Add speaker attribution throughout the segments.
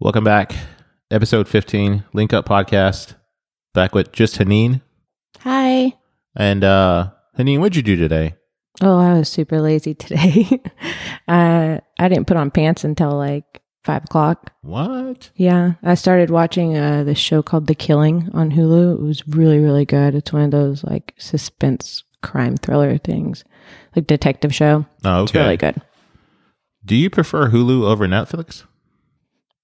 Speaker 1: Welcome back. Episode 15, Link Up Podcast. Back with just Haneen.
Speaker 2: Hi.
Speaker 1: And uh Haneen, what'd you do today?
Speaker 2: Oh, I was super lazy today. uh, I didn't put on pants until like five o'clock.
Speaker 1: What?
Speaker 2: Yeah, I started watching uh, this show called The Killing on Hulu. It was really, really good. It's one of those like suspense crime thriller things, like detective show.
Speaker 1: Oh,
Speaker 2: It's
Speaker 1: okay.
Speaker 2: really good.
Speaker 1: Do you prefer Hulu over Netflix?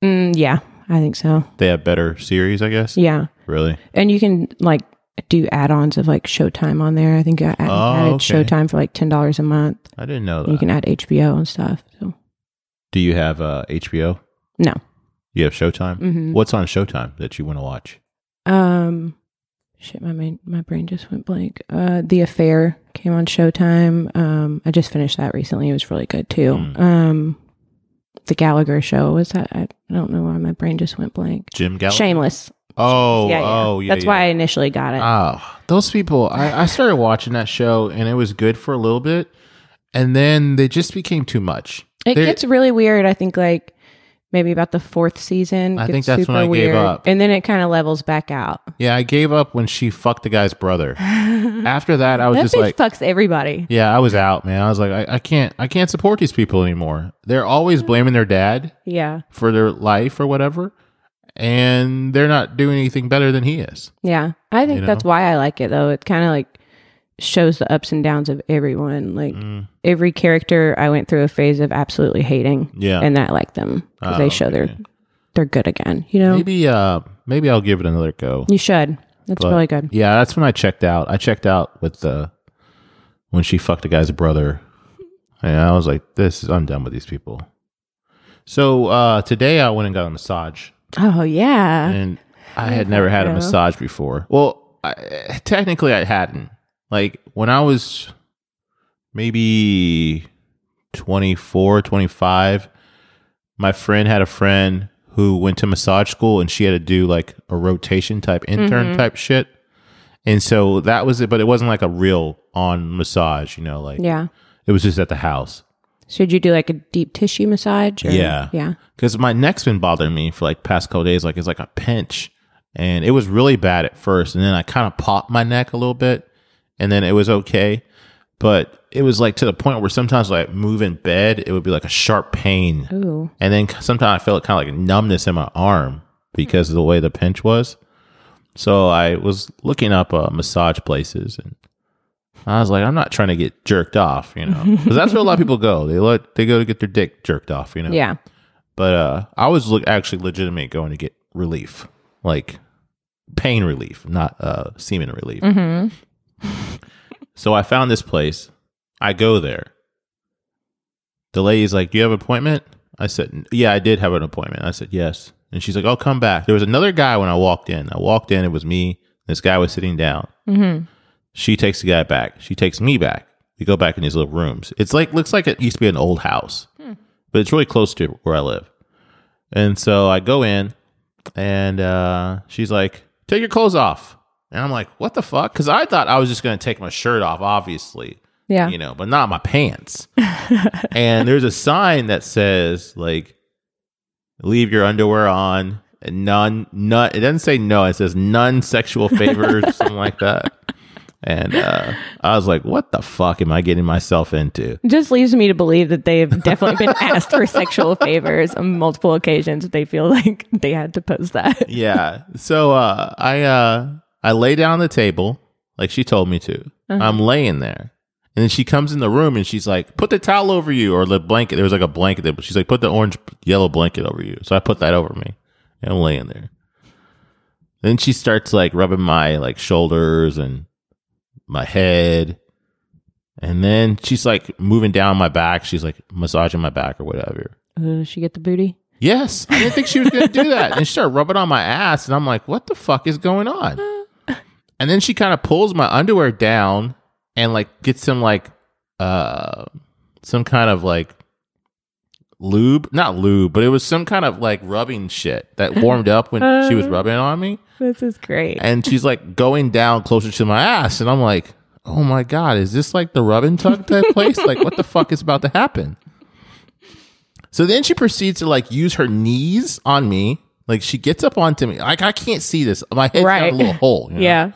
Speaker 2: Mm, yeah, I think so.
Speaker 1: They have better series, I guess.
Speaker 2: Yeah,
Speaker 1: Really?
Speaker 2: and you can like do add-ons of like Showtime on there. I think I add-
Speaker 1: Oh,
Speaker 2: added
Speaker 1: okay.
Speaker 2: Showtime for like ten dollars a month.
Speaker 1: I didn't know that.
Speaker 2: You can add HBO and stuff. So
Speaker 1: do you have uh HBO?
Speaker 2: no,
Speaker 1: You have Showtime?
Speaker 2: Mhm.
Speaker 1: What's on Showtime that you want to watch?
Speaker 2: Um, shit, my main, my brain just went blank. Uh, The Affair came on Showtime. Um, I just finished that recently. It was really good too.
Speaker 1: Mm.
Speaker 2: Um, The Gallagher Show was that? I don't know why my brain just went blank.
Speaker 1: Jim Gallagher?
Speaker 2: Shameless.
Speaker 1: Oh, oh, yeah.
Speaker 2: That's why I initially got it.
Speaker 1: Oh, those people! I, I started watching that show, and it was good for a little bit, and then they just became too much.
Speaker 2: it
Speaker 1: there-
Speaker 2: gets really weird. I think like maybe about the fourth season.
Speaker 1: I
Speaker 2: It
Speaker 1: think that's
Speaker 2: gets
Speaker 1: when I
Speaker 2: super
Speaker 1: gave up.
Speaker 2: and then it kind of levels back out.
Speaker 1: Yeah, I gave up when she fucked the guy's brother. After that, I was
Speaker 2: That
Speaker 1: just
Speaker 2: bitch
Speaker 1: like,
Speaker 2: fucks everybody.
Speaker 1: yeah, I was out, man. I was like, I, I can't, I can't support these people anymore. They're always
Speaker 2: Mm.
Speaker 1: blaming their dad
Speaker 2: Yeah,
Speaker 1: for their life or whatever, and they're not doing anything better than he is.
Speaker 2: yeah. I think
Speaker 1: You
Speaker 2: that's why I like it though. It kind of like shows the ups and downs of everyone. Like
Speaker 1: Mm,
Speaker 2: every character I went through a phase of absolutely hating,
Speaker 1: yeah,
Speaker 2: and that I like them because
Speaker 1: Oh,
Speaker 2: they show they're
Speaker 1: okay.
Speaker 2: they're good again. You know,
Speaker 1: maybe, uh, maybe I'll give it another go.
Speaker 2: you should. That's
Speaker 1: But-
Speaker 2: really good.
Speaker 1: Yeah, that's when I checked out. I checked out with the when she fucked a guy's brother. And I was like, this is I'm done with these people. So uh today I went and got a massage
Speaker 2: Oh yeah,
Speaker 1: and I had never had a
Speaker 2: Yeah.
Speaker 1: massage before. Well, I, technically I hadn't. Like when I was maybe 24, 25, my friend had a friend who went to massage school and she had to do like a rotation type intern
Speaker 2: Mm-hmm.
Speaker 1: type shit. And so that was it, but it wasn't like a real on massage, you know, like
Speaker 2: yeah.
Speaker 1: it was just at the house.
Speaker 2: So did you do like a deep tissue massage? or-
Speaker 1: Yeah.
Speaker 2: yeah.
Speaker 1: because my neck's been bothering me for like past couple days. Like it's like a pinch, and it was really bad at first, and then I kind of popped my neck a little bit, and then it was okay. But it was like to the point where sometimes like move in bed, it would be like a sharp pain,
Speaker 2: Ooh,
Speaker 1: and then sometimes I felt kind of like numbness in my arm because of the way the pinch was. So I was looking up uh, massage places, and I was like, I'm not trying to get jerked off, you know, because that's where a lot of people go. They let they go to get their dick jerked off, you know.
Speaker 2: yeah.
Speaker 1: But uh, I was look actually legitimate going to get relief, like pain relief, not uh, semen relief.
Speaker 2: hmm
Speaker 1: So I found this place. I go there. The lady's like, "Do you have an appointment?" I said, "Yeah, I did have an appointment." I said, "Yes," and she's like, "I'll come back." There was another guy when I walked in. I walked in. It was me. This guy was sitting down.
Speaker 2: hmm
Speaker 1: She takes the guy back. She takes me back. We go back in these little rooms. It's like looks like it used to be an old house, but it's really close to where I live. And so I go in, and uh, she's like, "Take your clothes off," and I'm like, "What the fuck?" Because I thought I was just gonna take my shirt off, obviously,
Speaker 2: Yeah.
Speaker 1: you know, but not my pants. and there's a sign that says like, "Leave your underwear on." And none, none. It doesn't say no. It says none sexual favors, or something like that. And uh, I was like, "What the fuck am I getting myself into?"
Speaker 2: It just leaves me to believe that they have definitely been asked for sexual favors on multiple occasions. They feel like they had to post that.
Speaker 1: yeah. So uh, I uh, I lay down on the table like she told me to. I'm laying there, and then she comes in the room and she's like, "Put the towel over you or the blanket." There was like a blanket there, but she's like, "Put the orange yellow blanket over you." So I put that over me, and I'm laying there. Then she starts like rubbing my like shoulders and my head. And then she's like moving down my back. She's like massaging my back or whatever.
Speaker 2: Ooh, does she get the booty?
Speaker 1: Yes, I didn't think she was going to do that. And she started rubbing on my ass, and I'm like, "What the fuck is going on?" And then she kind of pulls my underwear down and like gets some like uh some kind of like lube, not lube, but it was some kind of like rubbing shit that warmed up when she was rubbing on me.
Speaker 2: This is great.
Speaker 1: And she's like going down closer to my ass, and I'm like, "Oh my god, is this like the rub and tug type place? Like, what the fuck is about to happen?" So then she proceeds to like use her knees on me. Like she gets up onto me. Like I can't see this. My head's got
Speaker 2: Right.
Speaker 1: a little hole. you know?
Speaker 2: Yeah.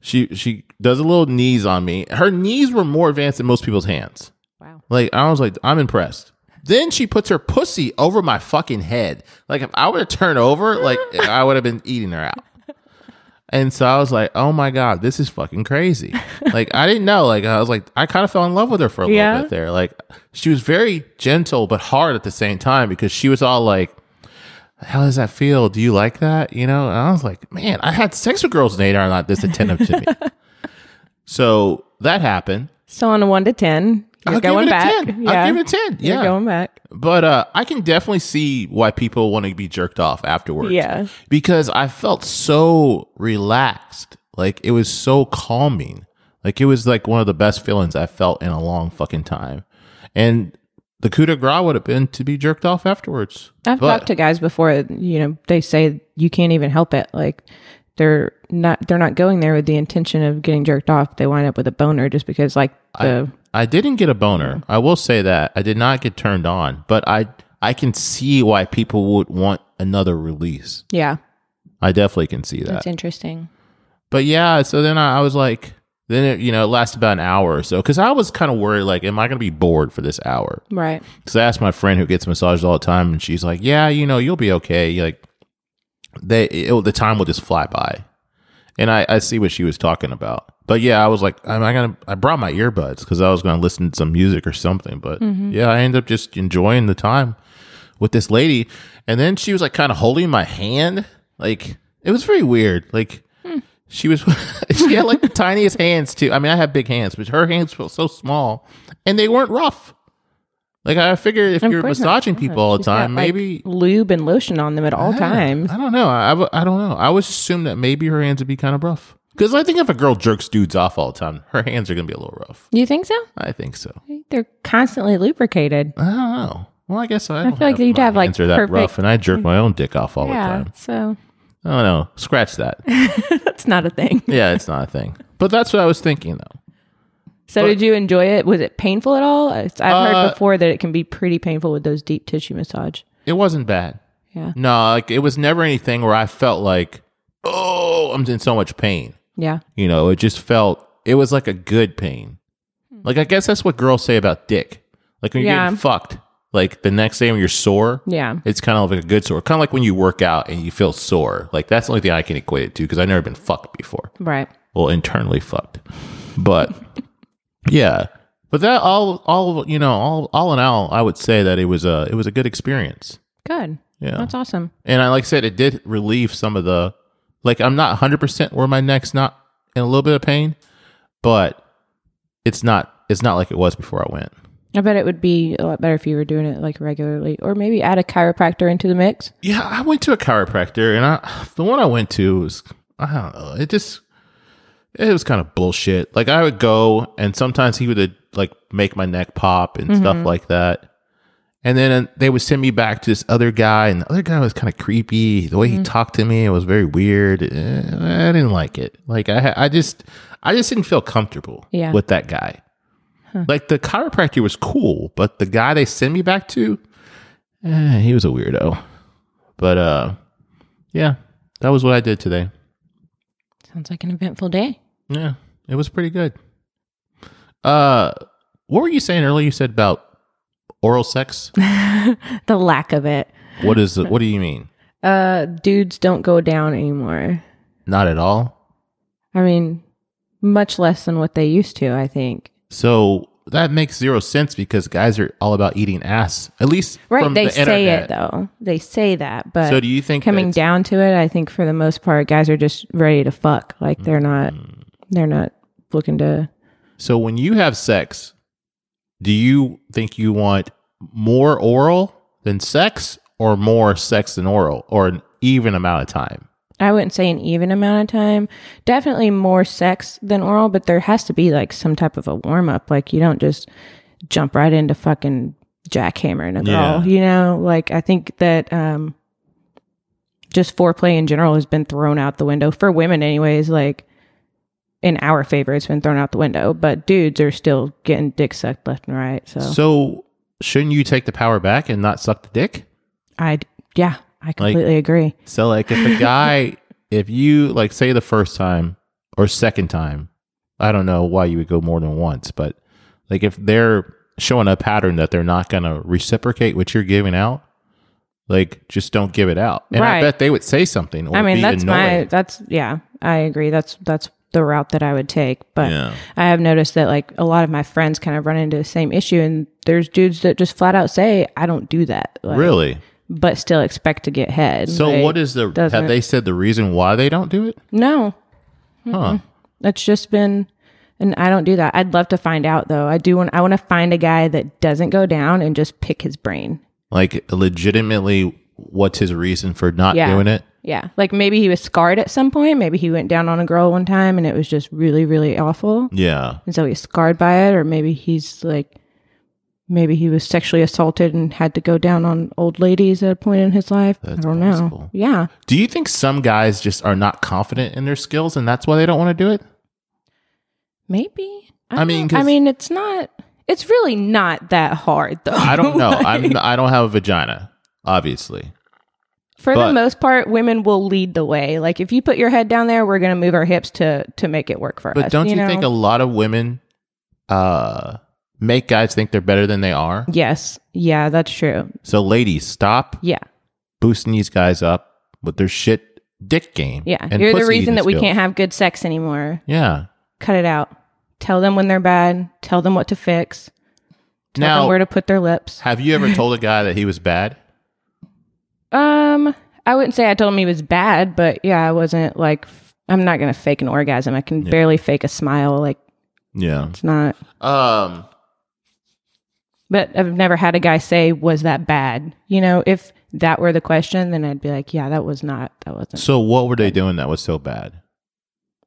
Speaker 1: She she does a little knees on me. Her knees were more advanced than most people's hands.
Speaker 2: Wow.
Speaker 1: Like I was like, I'm impressed. Then she puts her pussy over my fucking head. Like if I would have turned over, like I would have been eating her out. And so I was like, oh my God, this is fucking crazy. Like I didn't know. Like I was like, I kind of fell in love with her for a
Speaker 2: Yeah.
Speaker 1: little bit there. Like she was very gentle but hard at the same time because she was all like, How does that feel? Do you like that? You know? And I was like, Man, I had sex with girls and they are not this attentive to me. so that happened.
Speaker 2: So on a one to ten, you're
Speaker 1: I'll
Speaker 2: going
Speaker 1: give it
Speaker 2: back.
Speaker 1: a 10.
Speaker 2: Yeah.
Speaker 1: I'll give it a 10. Yeah.
Speaker 2: You're going back.
Speaker 1: But uh, I can definitely see why people want to be jerked off afterwards.
Speaker 2: Yeah.
Speaker 1: Because I felt so relaxed. Like it was so calming. Like it was like one of the best feelings I felt in a long fucking time. And the coup de grace would have been to be jerked off afterwards.
Speaker 2: I've
Speaker 1: But-
Speaker 2: talked to guys before, you know, they say you can't even help it. Like they're not they're not going there with the intention of getting jerked off. They wind up with a boner just because like the
Speaker 1: I didn't get a boner.
Speaker 2: Mm-hmm.
Speaker 1: I will say that. I did not get turned on, but I I can see why people would want another release.
Speaker 2: yeah.
Speaker 1: I definitely can see that.
Speaker 2: That's interesting.
Speaker 1: But yeah, so then I, I was like, then it, you know, it lasted about an hour or so because I was kind of worried, like, am I going to be bored for this hour?
Speaker 2: Right.
Speaker 1: Because I asked my friend who gets massages all the time, and she's like, yeah, you know, you'll be okay. Like, they it, the time will just fly by, and I I see what she was talking about. But yeah, I was like, am I gonna? I brought my earbuds because I was going to listen to some music or something. But
Speaker 2: Mm-hmm.
Speaker 1: yeah, I ended up just enjoying the time with this lady, and then she was like kind of holding my hand. Like it was very weird. Like
Speaker 2: Hmm.
Speaker 1: she was she had like the tiniest hands too. I mean, I have big hands, but her hands felt so small, and they weren't rough. Like I figure if
Speaker 2: Of
Speaker 1: you're
Speaker 2: course not.
Speaker 1: massaging
Speaker 2: Yeah.
Speaker 1: people all the
Speaker 2: Uh-huh. She's got,
Speaker 1: time,
Speaker 2: like,
Speaker 1: maybe
Speaker 2: lube and lotion on them at all
Speaker 1: yeah.
Speaker 2: times.
Speaker 1: I don't know. I, I w- I don't know. I always assumed that maybe her hands would be kind of rough. Because I think if a girl jerks dudes off all the time, her hands are going to be a little rough.
Speaker 2: You think so?
Speaker 1: I think so.
Speaker 2: They're constantly lubricated.
Speaker 1: I don't know. Well, I guess I, don't
Speaker 2: feel like
Speaker 1: have-
Speaker 2: you'd
Speaker 1: my
Speaker 2: have, like,
Speaker 1: hands are that
Speaker 2: perfect-
Speaker 1: rough, and I jerk my own dick off all the
Speaker 2: Yeah.
Speaker 1: time.
Speaker 2: So
Speaker 1: I don't know. Scratch that.
Speaker 2: that's not a thing.
Speaker 1: yeah, it's not a thing. But that's what I was thinking though.
Speaker 2: So did you enjoy it? Was it painful at all? I've
Speaker 1: Uh,
Speaker 2: heard before that it can be pretty painful with those deep tissue massage.
Speaker 1: It wasn't bad.
Speaker 2: Yeah.
Speaker 1: No, like it was never anything where I felt like, oh, I'm in so much pain.
Speaker 2: Yeah.
Speaker 1: You know, it just felt it was like a good pain. Like I guess that's what girls say about dick. Like when you're
Speaker 2: Hmm. Yeah.
Speaker 1: getting fucked, like the next day when you're sore,
Speaker 2: Yeah.
Speaker 1: it's kind of like a good sore. Kind of like when you work out and you feel sore. Like that's the only thing I can equate it to because I've never been fucked before.
Speaker 2: Right.
Speaker 1: Well, internally fucked, but yeah. But that all, all you know, all all in all, I would say that it was a it was a good experience.
Speaker 2: Good.
Speaker 1: Yeah.
Speaker 2: That's awesome.
Speaker 1: And I like I said, it did relieve some of the like I'm not 100 percent where my neck's not in a little bit of pain, but it's not it's not like it was before I went.
Speaker 2: I bet it would be a lot better if you were doing it like regularly, or maybe add a chiropractor into the mix.
Speaker 1: Yeah, I went to a chiropractor, and I the one I went to was I don't know. It just it was kind of bullshit. Like I would go, and sometimes he would like make my neck pop and stuff like that. And then uh, they would send me back to this other guy, and the other guy was kind of creepy. The way he talked to me, it was very weird. Eh, I didn't like it. Like I, ha- I just, I just didn't feel comfortable
Speaker 2: Yeah.
Speaker 1: with that guy. Like the chiropractor was cool, but the guy they sent me back to, eh, he was a weirdo. But uh, yeah, that was what I did today.
Speaker 2: Sounds like an eventful day.
Speaker 1: Yeah, it was pretty good. Uh, what were you saying earlier? You said about oral sex.
Speaker 2: The lack of it.
Speaker 1: what is the, what do you mean?
Speaker 2: Uh, dudes don't go down anymore.
Speaker 1: Not at all.
Speaker 2: I mean, much less than what they used to. I think.
Speaker 1: So that makes zero sense because guys are all about eating ass. At least
Speaker 2: Right.
Speaker 1: from
Speaker 2: they
Speaker 1: the
Speaker 2: say
Speaker 1: internet.
Speaker 2: it though. They say that, but
Speaker 1: So do you think
Speaker 2: coming
Speaker 1: that's-
Speaker 2: down to it, I think for the most part, guys are just ready to fuck. Like they're not.
Speaker 1: Mm.
Speaker 2: They're not looking to.
Speaker 1: So when you have sex, do you think you want more oral than sex, or more sex than oral, or an even amount of time?
Speaker 2: I wouldn't say an even amount of time. Definitely more sex than oral, but there has to be like some type of a warm up. Like you don't just jump right into fucking jackhammering a
Speaker 1: Yeah.
Speaker 2: girl. You know, like I think that um just foreplay in general has been thrown out the window for women anyways, like in our favor it's been thrown out the window, but dudes are still getting dick sucked left and right. So,
Speaker 1: So shouldn't you take the power back and not suck the dick?
Speaker 2: I yeah, I completely agree.
Speaker 1: So like if a guy if you like say the first time or second time, I don't know why you would go more than once, but like if they're showing a pattern that they're not gonna reciprocate what you're giving out, like just don't give it out. And I
Speaker 2: Right.
Speaker 1: bet they would say something or
Speaker 2: I mean,
Speaker 1: be
Speaker 2: that's my
Speaker 1: annoyed.
Speaker 2: that's yeah, I agree. That's that's the route that I would take. But
Speaker 1: Yeah.
Speaker 2: I have noticed that like a lot of my friends kind of run into the same issue and there's dudes that just flat out say, I don't do that. Like,
Speaker 1: really?
Speaker 2: But still expect to get head.
Speaker 1: So
Speaker 2: Like,
Speaker 1: what is the
Speaker 2: doesn't-
Speaker 1: have they said the reason why they don't do it?
Speaker 2: No. Mm-hmm.
Speaker 1: Huh.
Speaker 2: That's just been and I don't do that. I'd love to find out though. I do want I want to find a guy that doesn't go down and just pick his brain.
Speaker 1: Like legitimately what's his reason for not
Speaker 2: Yeah.
Speaker 1: doing it?
Speaker 2: Yeah. Like maybe he was scarred at some point. Maybe he went down on a girl one time and it was just really, really awful.
Speaker 1: Yeah.
Speaker 2: And so he's scarred by it, or maybe he's like maybe he was sexually assaulted and had to go down on old ladies at a point in his life. I don't know.
Speaker 1: possible.
Speaker 2: Yeah.
Speaker 1: Do you think some guys just are not confident in their skills and that's why they don't want to do it?
Speaker 2: Maybe.
Speaker 1: I mean,
Speaker 2: don't- I
Speaker 1: 'cause-
Speaker 2: mean it's not it's really not that hard though.
Speaker 1: I don't know. I'm, I don't have a vagina, obviously.
Speaker 2: For the
Speaker 1: But-
Speaker 2: most part, women will lead the way. Like if you put your head down there, we're going to move our hips to to make it work for us.
Speaker 1: But don't you,
Speaker 2: know?
Speaker 1: think a lot of women uh, make guys think they're better than they are?
Speaker 2: yes, yeah, that's true.
Speaker 1: So, ladies, stop
Speaker 2: Yeah,
Speaker 1: boosting these guys up with their shit dick game.
Speaker 2: yeah.
Speaker 1: and
Speaker 2: You're the
Speaker 1: pussy eating
Speaker 2: reason that we
Speaker 1: skills.
Speaker 2: can't have good sex anymore.
Speaker 1: Yeah.
Speaker 2: Cut it out. Tell them when they're bad. Tell them what to fix. Tell them
Speaker 1: Now,
Speaker 2: where to put their lips.
Speaker 1: have you ever told a guy that he was bad?
Speaker 2: Um, I wouldn't say I told him he was bad, but yeah, I wasn't like f- I'm not going to fake an orgasm. I can barely fake a smile. Like
Speaker 1: Yeah.
Speaker 2: it's not.
Speaker 1: Um.
Speaker 2: But I've never had a guy say, "Was that bad?" You know, if that were the question, then I'd be like, "Yeah, that was not. That wasn't
Speaker 1: So, what were they doing that was so bad?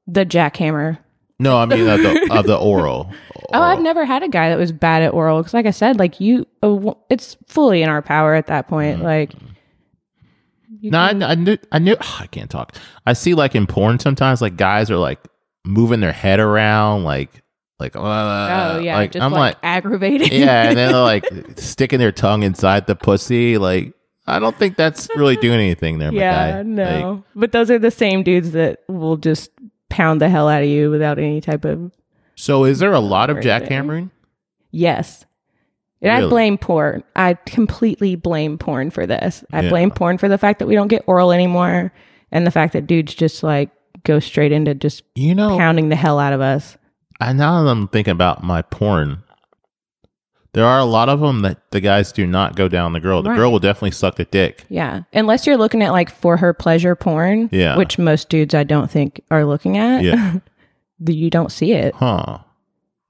Speaker 2: the jackhammer."
Speaker 1: No, I mean of the, of the oral.
Speaker 2: Oh, I've never had a guy that was bad at oral because, like I said, like you, a wo- it's fully in our power at that point. Like,
Speaker 1: No, I, I knew. I knew. I can't talk. I see, like in porn, sometimes like guys are like moving their head around, like like. Uh,
Speaker 2: oh yeah,
Speaker 1: like,
Speaker 2: just
Speaker 1: I'm
Speaker 2: like,
Speaker 1: like,
Speaker 2: aggravated.
Speaker 1: yeah, and then they're like sticking their tongue inside the pussy. Like, I don't think that's really doing anything there, my
Speaker 2: yeah,
Speaker 1: guy.
Speaker 2: no. but those are the same dudes that will just pound the hell out of you without any type of
Speaker 1: Like, so, is there a lot of
Speaker 2: Right there.
Speaker 1: jackhammering?
Speaker 2: Yes. And I
Speaker 1: Really?
Speaker 2: blame porn. I completely blame porn for this. I
Speaker 1: Yeah.
Speaker 2: blame porn for the fact that we don't get oral anymore and the fact that dudes just like go straight into just
Speaker 1: You know,
Speaker 2: pounding the hell out of us.
Speaker 1: I now that I'm thinking about my porn. There are a lot of them that the guys do not go down the girl. The
Speaker 2: Right.
Speaker 1: girl will definitely suck the dick.
Speaker 2: Yeah. Unless you're looking at like for her pleasure porn,
Speaker 1: Yeah.
Speaker 2: which most dudes I don't think are looking at.
Speaker 1: Yeah.
Speaker 2: that you don't see it.
Speaker 1: Huh.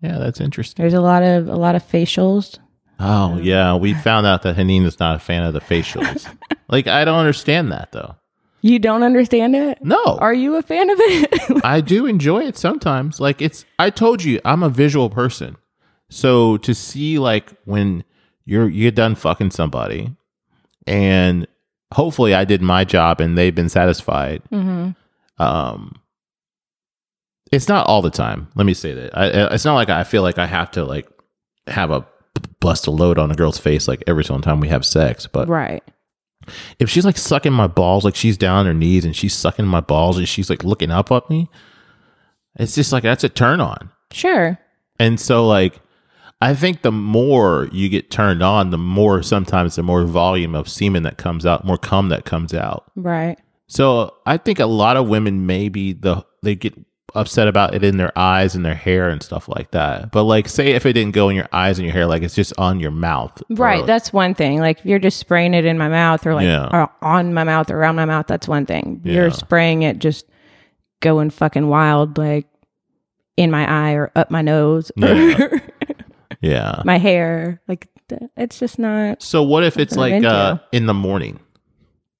Speaker 1: Yeah, that's interesting.
Speaker 2: There's a lot of a lot of facials.
Speaker 1: Oh yeah, we found out that Hanina's not a fan of the facials. like I don't understand that though.
Speaker 2: You don't understand it?
Speaker 1: No,
Speaker 2: Are you a fan of it?
Speaker 1: I do enjoy it sometimes. Like it's I told you I'm a visual person, so to see like when you're you're done fucking somebody, and hopefully I did my job and they've been satisfied.
Speaker 2: mm-hmm.
Speaker 1: Um, it's not all the time. Let me say that I, I- it's not like I feel like I have to like have a bust a load on a girl's face like every single time we have sex, but.
Speaker 2: Right.
Speaker 1: if she's like sucking my balls, like she's down on her knees and she's sucking my balls and she's like looking up at me, it's just like that's a turn on.
Speaker 2: Sure.
Speaker 1: And so like I think the more you get turned on, the more sometimes the more volume of semen that comes out, more cum that comes out.
Speaker 2: Right.
Speaker 1: So I think a lot of women maybe the they get upset about it in their eyes and their hair and stuff like that. But like say if it didn't go in your eyes and your hair, like it's just on your mouth.
Speaker 2: Right,
Speaker 1: Or-
Speaker 2: that's one thing. Like if you're just spraying it in my mouth or like
Speaker 1: Yeah.
Speaker 2: or on my mouth or around my mouth, that's one thing.
Speaker 1: Yeah.
Speaker 2: You're spraying it just going fucking wild, like in my eye or up my nose or
Speaker 1: Yeah. yeah.
Speaker 2: my hair. Like th- it's just not
Speaker 1: So what if it's
Speaker 2: what I'm
Speaker 1: like
Speaker 2: into.
Speaker 1: uh, in the morning?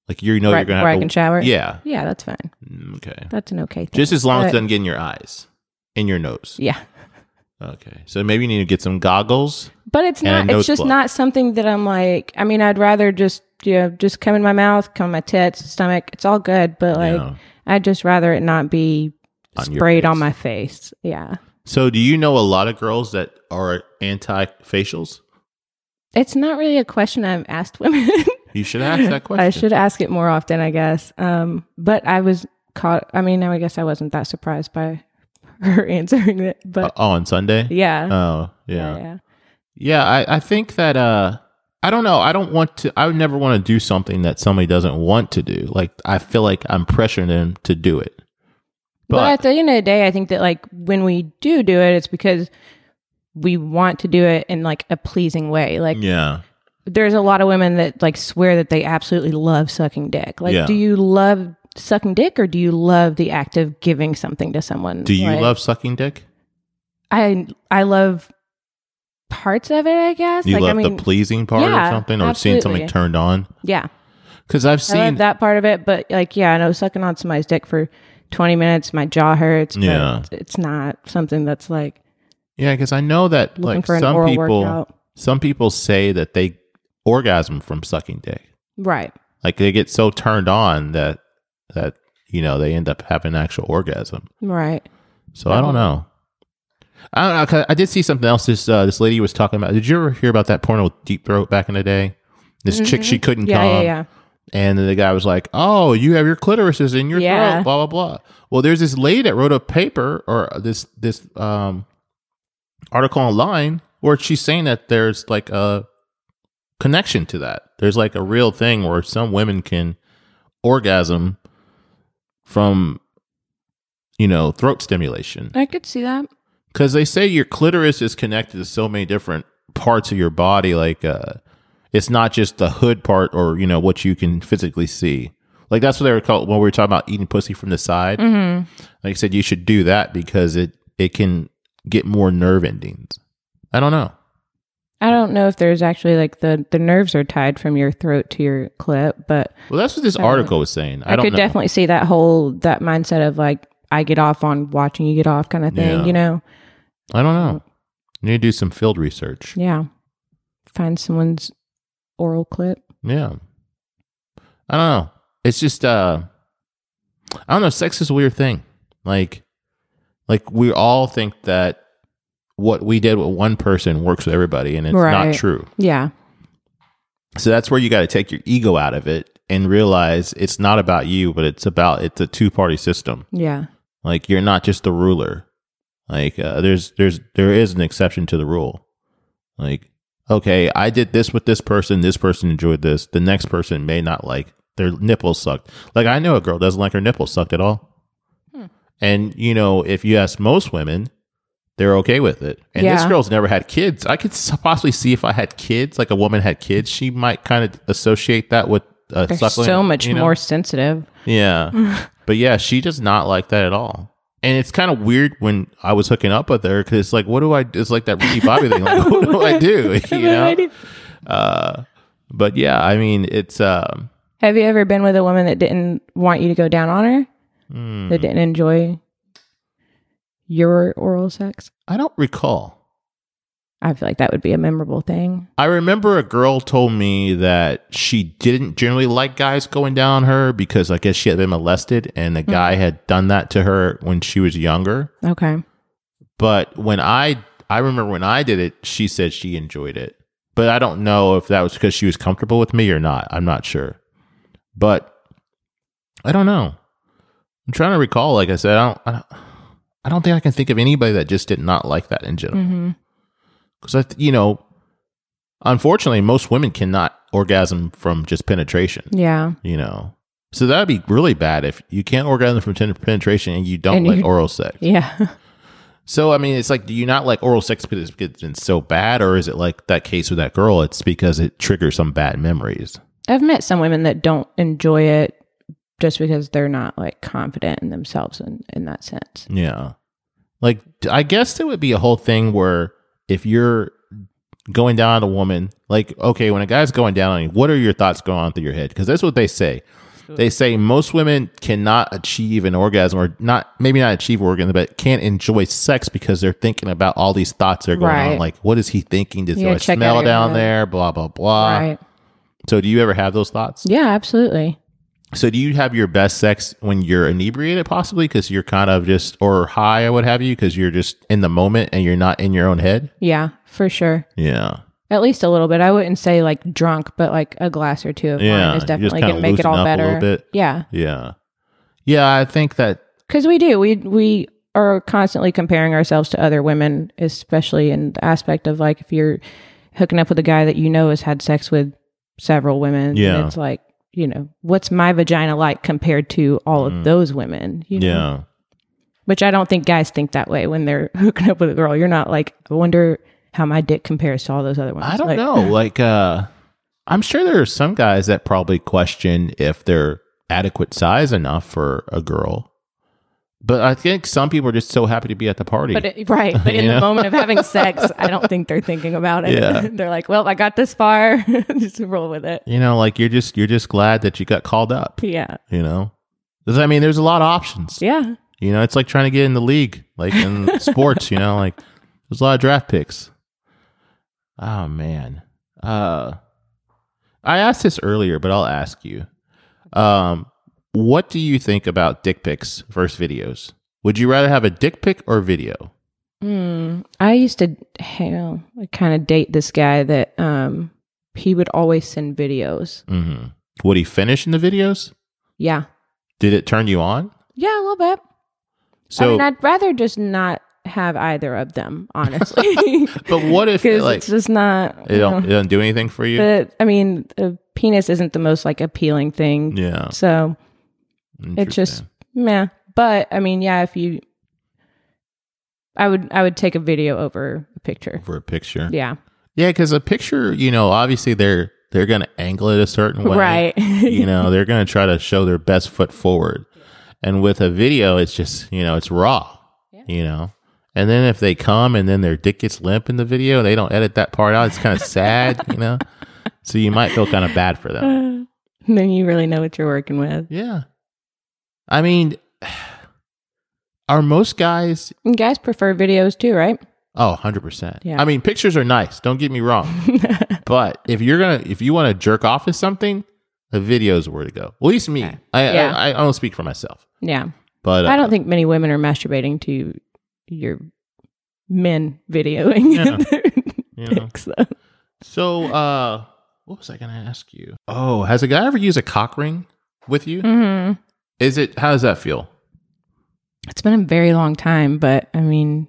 Speaker 1: Like you know
Speaker 2: right
Speaker 1: you're gonna
Speaker 2: before
Speaker 1: have
Speaker 2: I
Speaker 1: to
Speaker 2: can shower.
Speaker 1: Yeah.
Speaker 2: yeah, that's fine.
Speaker 1: Mm, Okay.
Speaker 2: That's an okay thing.
Speaker 1: Just as long as
Speaker 2: But-
Speaker 1: it doesn't get in your eyes. In your nose.
Speaker 2: yeah,
Speaker 1: Okay. So maybe you need to get some goggles.
Speaker 2: but it's
Speaker 1: And a
Speaker 2: not.
Speaker 1: nose
Speaker 2: It's just
Speaker 1: plug.
Speaker 2: not something that I'm like. I mean, I'd rather just you know just come in my mouth, come in my tits, stomach. It's all good, but like
Speaker 1: Yeah.
Speaker 2: I'd just rather it not be
Speaker 1: On your
Speaker 2: sprayed on
Speaker 1: face.
Speaker 2: my face. Yeah.
Speaker 1: So do you know a lot of girls that are anti facials?
Speaker 2: It's not really a question I've asked women.
Speaker 1: You should ask that question.
Speaker 2: I should ask it more often, I guess. Um, but I was caught. I mean, I guess I wasn't that surprised by her answering it.
Speaker 1: Uh,
Speaker 2: But
Speaker 1: oh, on Sunday?
Speaker 2: yeah.
Speaker 1: Oh,
Speaker 2: yeah,
Speaker 1: yeah. Yeah, I, I think that uh I don't know. I don't want to I would never want to do something that somebody doesn't want to do. Like I feel like I'm pressuring them to do it.
Speaker 2: But,
Speaker 1: But-
Speaker 2: at the end of the day, I think that like when we do do it, it's because we want to do it in like a pleasing way. Like
Speaker 1: Yeah.
Speaker 2: there's a lot of women that like swear that they absolutely love sucking dick. Like,
Speaker 1: Yeah.
Speaker 2: do you love sucking dick or do you love the act of giving something to someone?
Speaker 1: Do you
Speaker 2: Like,
Speaker 1: love sucking dick?
Speaker 2: I I love parts of it. I guess.
Speaker 1: You
Speaker 2: like I
Speaker 1: love
Speaker 2: mean,
Speaker 1: the pleasing part
Speaker 2: yeah,
Speaker 1: or something or seeing something
Speaker 2: absolutely.
Speaker 1: turned on?
Speaker 2: yeah,
Speaker 1: Cuz I've
Speaker 2: I love
Speaker 1: seen
Speaker 2: that part of it. But like, yeah, I know sucking on somebody's dick for 20 minutes, my jaw hurts. but
Speaker 1: Yeah.
Speaker 2: it's- it's not something that's like
Speaker 1: Yeah, cuz I know that
Speaker 2: looking
Speaker 1: like
Speaker 2: for an
Speaker 1: some
Speaker 2: oral
Speaker 1: people
Speaker 2: workout.
Speaker 1: some people say that they orgasm from sucking dick.
Speaker 2: Right.
Speaker 1: Like they get so turned on that that you know, they end up having an actual orgasm.
Speaker 2: Right.
Speaker 1: So I don't know. I don't know. 'cause I did see something else. This uh, this lady was talking about. Did you ever hear about that porno with deep throat back in the day? This chick she couldn't
Speaker 2: Mm-hmm. Yeah,
Speaker 1: come,
Speaker 2: yeah, yeah.
Speaker 1: and then the guy was like, "Oh, you have your clitoris is in your
Speaker 2: Yeah.
Speaker 1: throat." Blah blah blah. Well, there's this lady that wrote a paper or this this um article online where she's saying that there's like a connection to that. There's like a real thing where some women can orgasm from you know throat stimulation
Speaker 2: I could see that.
Speaker 1: because they say your clitoris is connected to so many different parts of your body like uh it's not just the hood part or you know what you can physically see like that's what they were called when we were talking about eating pussy from the side
Speaker 2: Mm-hmm.
Speaker 1: like i said you should do that because it it can get more nerve endings i don't know
Speaker 2: I don't know if there's actually like the the nerves are tied from your throat to your clit, but
Speaker 1: well that's what this
Speaker 2: Uh,
Speaker 1: article was saying i,
Speaker 2: I,
Speaker 1: don't
Speaker 2: could
Speaker 1: know
Speaker 2: definitely see that whole that mindset of like I get off on watching you get off kind of thing,
Speaker 1: Yeah.
Speaker 2: you know?
Speaker 1: i don't know you need to do some field research
Speaker 2: Yeah. Find someone's oral clit.
Speaker 1: Yeah. I don't know. It's just uh I don't know, sex is a weird thing. Like like we all think that what we did with one person works with everybody and it's
Speaker 2: Right.
Speaker 1: not true.
Speaker 2: Yeah.
Speaker 1: So that's where you got to take your ego out of it and realize it's not about you, but it's about it's a two-party system.
Speaker 2: Yeah.
Speaker 1: Like you're not just the ruler. Like uh, there's there's there is an exception to the rule. Like okay, I did this with this person. This person enjoyed this. The next person may not like their nipples sucked. Like I know a girl doesn't like her nipples sucked at all.
Speaker 2: Hmm.
Speaker 1: And you know, if you ask most women, they're okay with it. And this
Speaker 2: Yeah.
Speaker 1: girl's never had kids. I could s- possibly see if I had kids, like a woman had kids, she might kind of associate that with uh,
Speaker 2: They're
Speaker 1: suckling,
Speaker 2: so much
Speaker 1: you know?
Speaker 2: more sensitive.
Speaker 1: Yeah. but yeah, she does not like that at all. And it's kind of weird when I was hooking up with her because it's like, what do I? It's like that Ricky Bobby thing. Like, what do I do? You know? Uh, but yeah, I mean, it's um,
Speaker 2: Have you ever been with a woman that didn't want you to go down on her?
Speaker 1: hmm,
Speaker 2: That didn't enjoy your oral sex?
Speaker 1: I don't recall.
Speaker 2: I feel like that would be a memorable thing.
Speaker 1: I remember a girl told me that she didn't generally like guys going down on her because I guess she had been molested and the guy had done that to her when she was younger.
Speaker 2: Okay.
Speaker 1: But when I I remember when I did it, she said she enjoyed it. But I don't know if that was because she was comfortable with me or not. I'm not sure. But I don't know. I'm trying to recall. Like I said, I don't. I don't, I don't think I can think of anybody that just did not like that in general.
Speaker 2: Mm-hmm.
Speaker 1: Because I, th- you know, unfortunately, most women cannot orgasm from just penetration.
Speaker 2: Yeah.
Speaker 1: You know, so that'd be really bad if you can't orgasm from ten- penetration and you don't
Speaker 2: And
Speaker 1: like
Speaker 2: you-
Speaker 1: oral sex.
Speaker 2: Yeah.
Speaker 1: So I mean, it's like, do you not like oral sex because it's- because it's so bad, or is it like that case with that girl? It's because it triggers some bad memories.
Speaker 2: I've met some women that don't enjoy it just because they're not like confident in themselves in, in that sense.
Speaker 1: Yeah, like d- I guess there would be a whole thing where if you're going down on a woman, like okay, when a guy's going down on you, what are your thoughts going on through your head? Because that's what they say. They say most women cannot achieve an orgasm, or not maybe not achieve orgasm, but can't enjoy sex because they're thinking about all these thoughts that are going on.
Speaker 2: Right.
Speaker 1: Like, what is he thinking? Does
Speaker 2: Yeah,
Speaker 1: do I
Speaker 2: check out
Speaker 1: smell
Speaker 2: your
Speaker 1: down
Speaker 2: head.
Speaker 1: there? Blah blah blah.
Speaker 2: right.
Speaker 1: So do you ever have those thoughts?
Speaker 2: Yeah, absolutely.
Speaker 1: So do you have your best sex when you're inebriated possibly because you're kind of just or high or what have you because you're just in the moment and you're not in your own head?
Speaker 2: Yeah, for sure.
Speaker 1: Yeah.
Speaker 2: At least a little bit. I wouldn't say like drunk, but like a glass or two of
Speaker 1: Yeah,
Speaker 2: wine is
Speaker 1: you just
Speaker 2: definitely
Speaker 1: kinda
Speaker 2: gonna make it
Speaker 1: loosen
Speaker 2: all
Speaker 1: up a
Speaker 2: better.
Speaker 1: little bit.
Speaker 2: Yeah,
Speaker 1: Yeah. Yeah, I think that
Speaker 2: because we do. We we are constantly comparing ourselves to other women, especially in the aspect of like if you're hooking up with a guy that you know has had sex with several women. and
Speaker 1: Yeah.
Speaker 2: it's like you know what's my vagina like compared to all of those women. You know?
Speaker 1: Mm. yeah.
Speaker 2: Which I don't think guys think that way when they're hooking up with a girl. You're not like, I wonder how my dick compares to all those other ones.
Speaker 1: I don't
Speaker 2: Like,
Speaker 1: know. Like uh I'm sure there are some guys that probably question if they're adequate size enough for a girl. But I think some people are just so happy to be at the party.
Speaker 2: But it, right, but in
Speaker 1: You know?
Speaker 2: the moment of having sex, I don't think they're thinking about it.
Speaker 1: Yeah.
Speaker 2: they're like, "Well, I got this far, just roll with it."
Speaker 1: you know, like you're just you're just glad that you got called up,
Speaker 2: Yeah,
Speaker 1: you know? 'Cause, I mean, there's a lot of options.
Speaker 2: yeah,
Speaker 1: You know, it's like trying to get in the league, like in sports, you know, like there's a lot of draft picks. Oh man. Uh I asked this earlier, but I'll ask you. Um what do you think about dick pics versus videos? Would you rather have a dick pic or video?
Speaker 2: Mm, I used to hell, kind of date this guy that um, he would always send videos.
Speaker 1: Mm-hmm. Would he finish in the videos?
Speaker 2: Yeah,
Speaker 1: Did it turn you on?
Speaker 2: yeah, a little bit. I
Speaker 1: So
Speaker 2: mean, I'd rather just not have either of them, honestly.
Speaker 1: But what if,
Speaker 2: 'Cause
Speaker 1: like-
Speaker 2: it's just not?
Speaker 1: it
Speaker 2: you
Speaker 1: don't
Speaker 2: know,
Speaker 1: it doesn't do anything for you?
Speaker 2: the, I mean, a penis isn't the most like appealing thing.
Speaker 1: yeah.
Speaker 2: So it just
Speaker 1: Interesting.
Speaker 2: meh. But I mean, yeah, if you I would I would take a video over a picture.
Speaker 1: for a picture.
Speaker 2: Yeah.
Speaker 1: Yeah, because a picture, you know, obviously they're they're gonna angle it a certain way.
Speaker 2: right.
Speaker 1: you know they're going to try to show their best foot forward and with a video it's just you know it's raw
Speaker 2: Yeah.
Speaker 1: you know and then if they come and then their dick gets limp in the video they don't edit that part out it's kind of sad you know so you might feel kind of bad for them
Speaker 2: And then you really know what you're working with.
Speaker 1: yeah i mean are most guys
Speaker 2: And guys prefer videos too, right?
Speaker 1: oh 100%
Speaker 2: Yeah.
Speaker 1: i mean pictures are nice don't get me wrong but if you're gonna if you want to jerk off to something the video's where to go at least me
Speaker 2: Okay.
Speaker 1: I,
Speaker 2: Yeah.
Speaker 1: I i don't speak for myself
Speaker 2: yeah.
Speaker 1: but uh,
Speaker 2: I don't think many women are masturbating to your men videoing
Speaker 1: Yeah.
Speaker 2: their
Speaker 1: you know
Speaker 2: dicks, though.
Speaker 1: So, uh, what was I going to ask you? Oh, has a guy ever used a cock ring with you?
Speaker 2: Mhm.
Speaker 1: Is it how does that feel?
Speaker 2: It's been a very long time, but I mean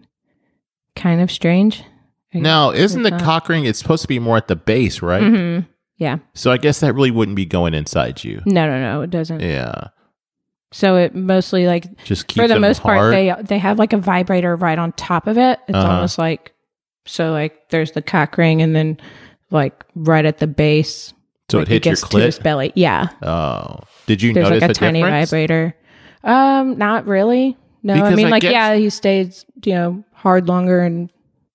Speaker 2: kind of strange. I guess.
Speaker 1: Now, isn't the
Speaker 2: not.
Speaker 1: cock ring? It's supposed to be more at the base, right?
Speaker 2: Mhm. Yeah.
Speaker 1: So I guess that really wouldn't be going inside you.
Speaker 2: No, no, no, it doesn't.
Speaker 1: Yeah,
Speaker 2: So it mostly like
Speaker 1: just keep
Speaker 2: for the most part they they have like a vibrator right on top of it. It's
Speaker 1: Uh-huh.
Speaker 2: almost like so like there's the cock ring and then like right at the base.
Speaker 1: so
Speaker 2: like,
Speaker 1: it hits your
Speaker 2: gets to his
Speaker 1: clit.
Speaker 2: belly. Yeah,
Speaker 1: Oh, did you
Speaker 2: there's
Speaker 1: notice
Speaker 2: like a,
Speaker 1: a,
Speaker 2: tiny
Speaker 1: difference?
Speaker 2: vibrator. Um, not really. No,
Speaker 1: Because
Speaker 2: I mean
Speaker 1: I
Speaker 2: like
Speaker 1: guess-
Speaker 2: yeah, he stays you know hard longer and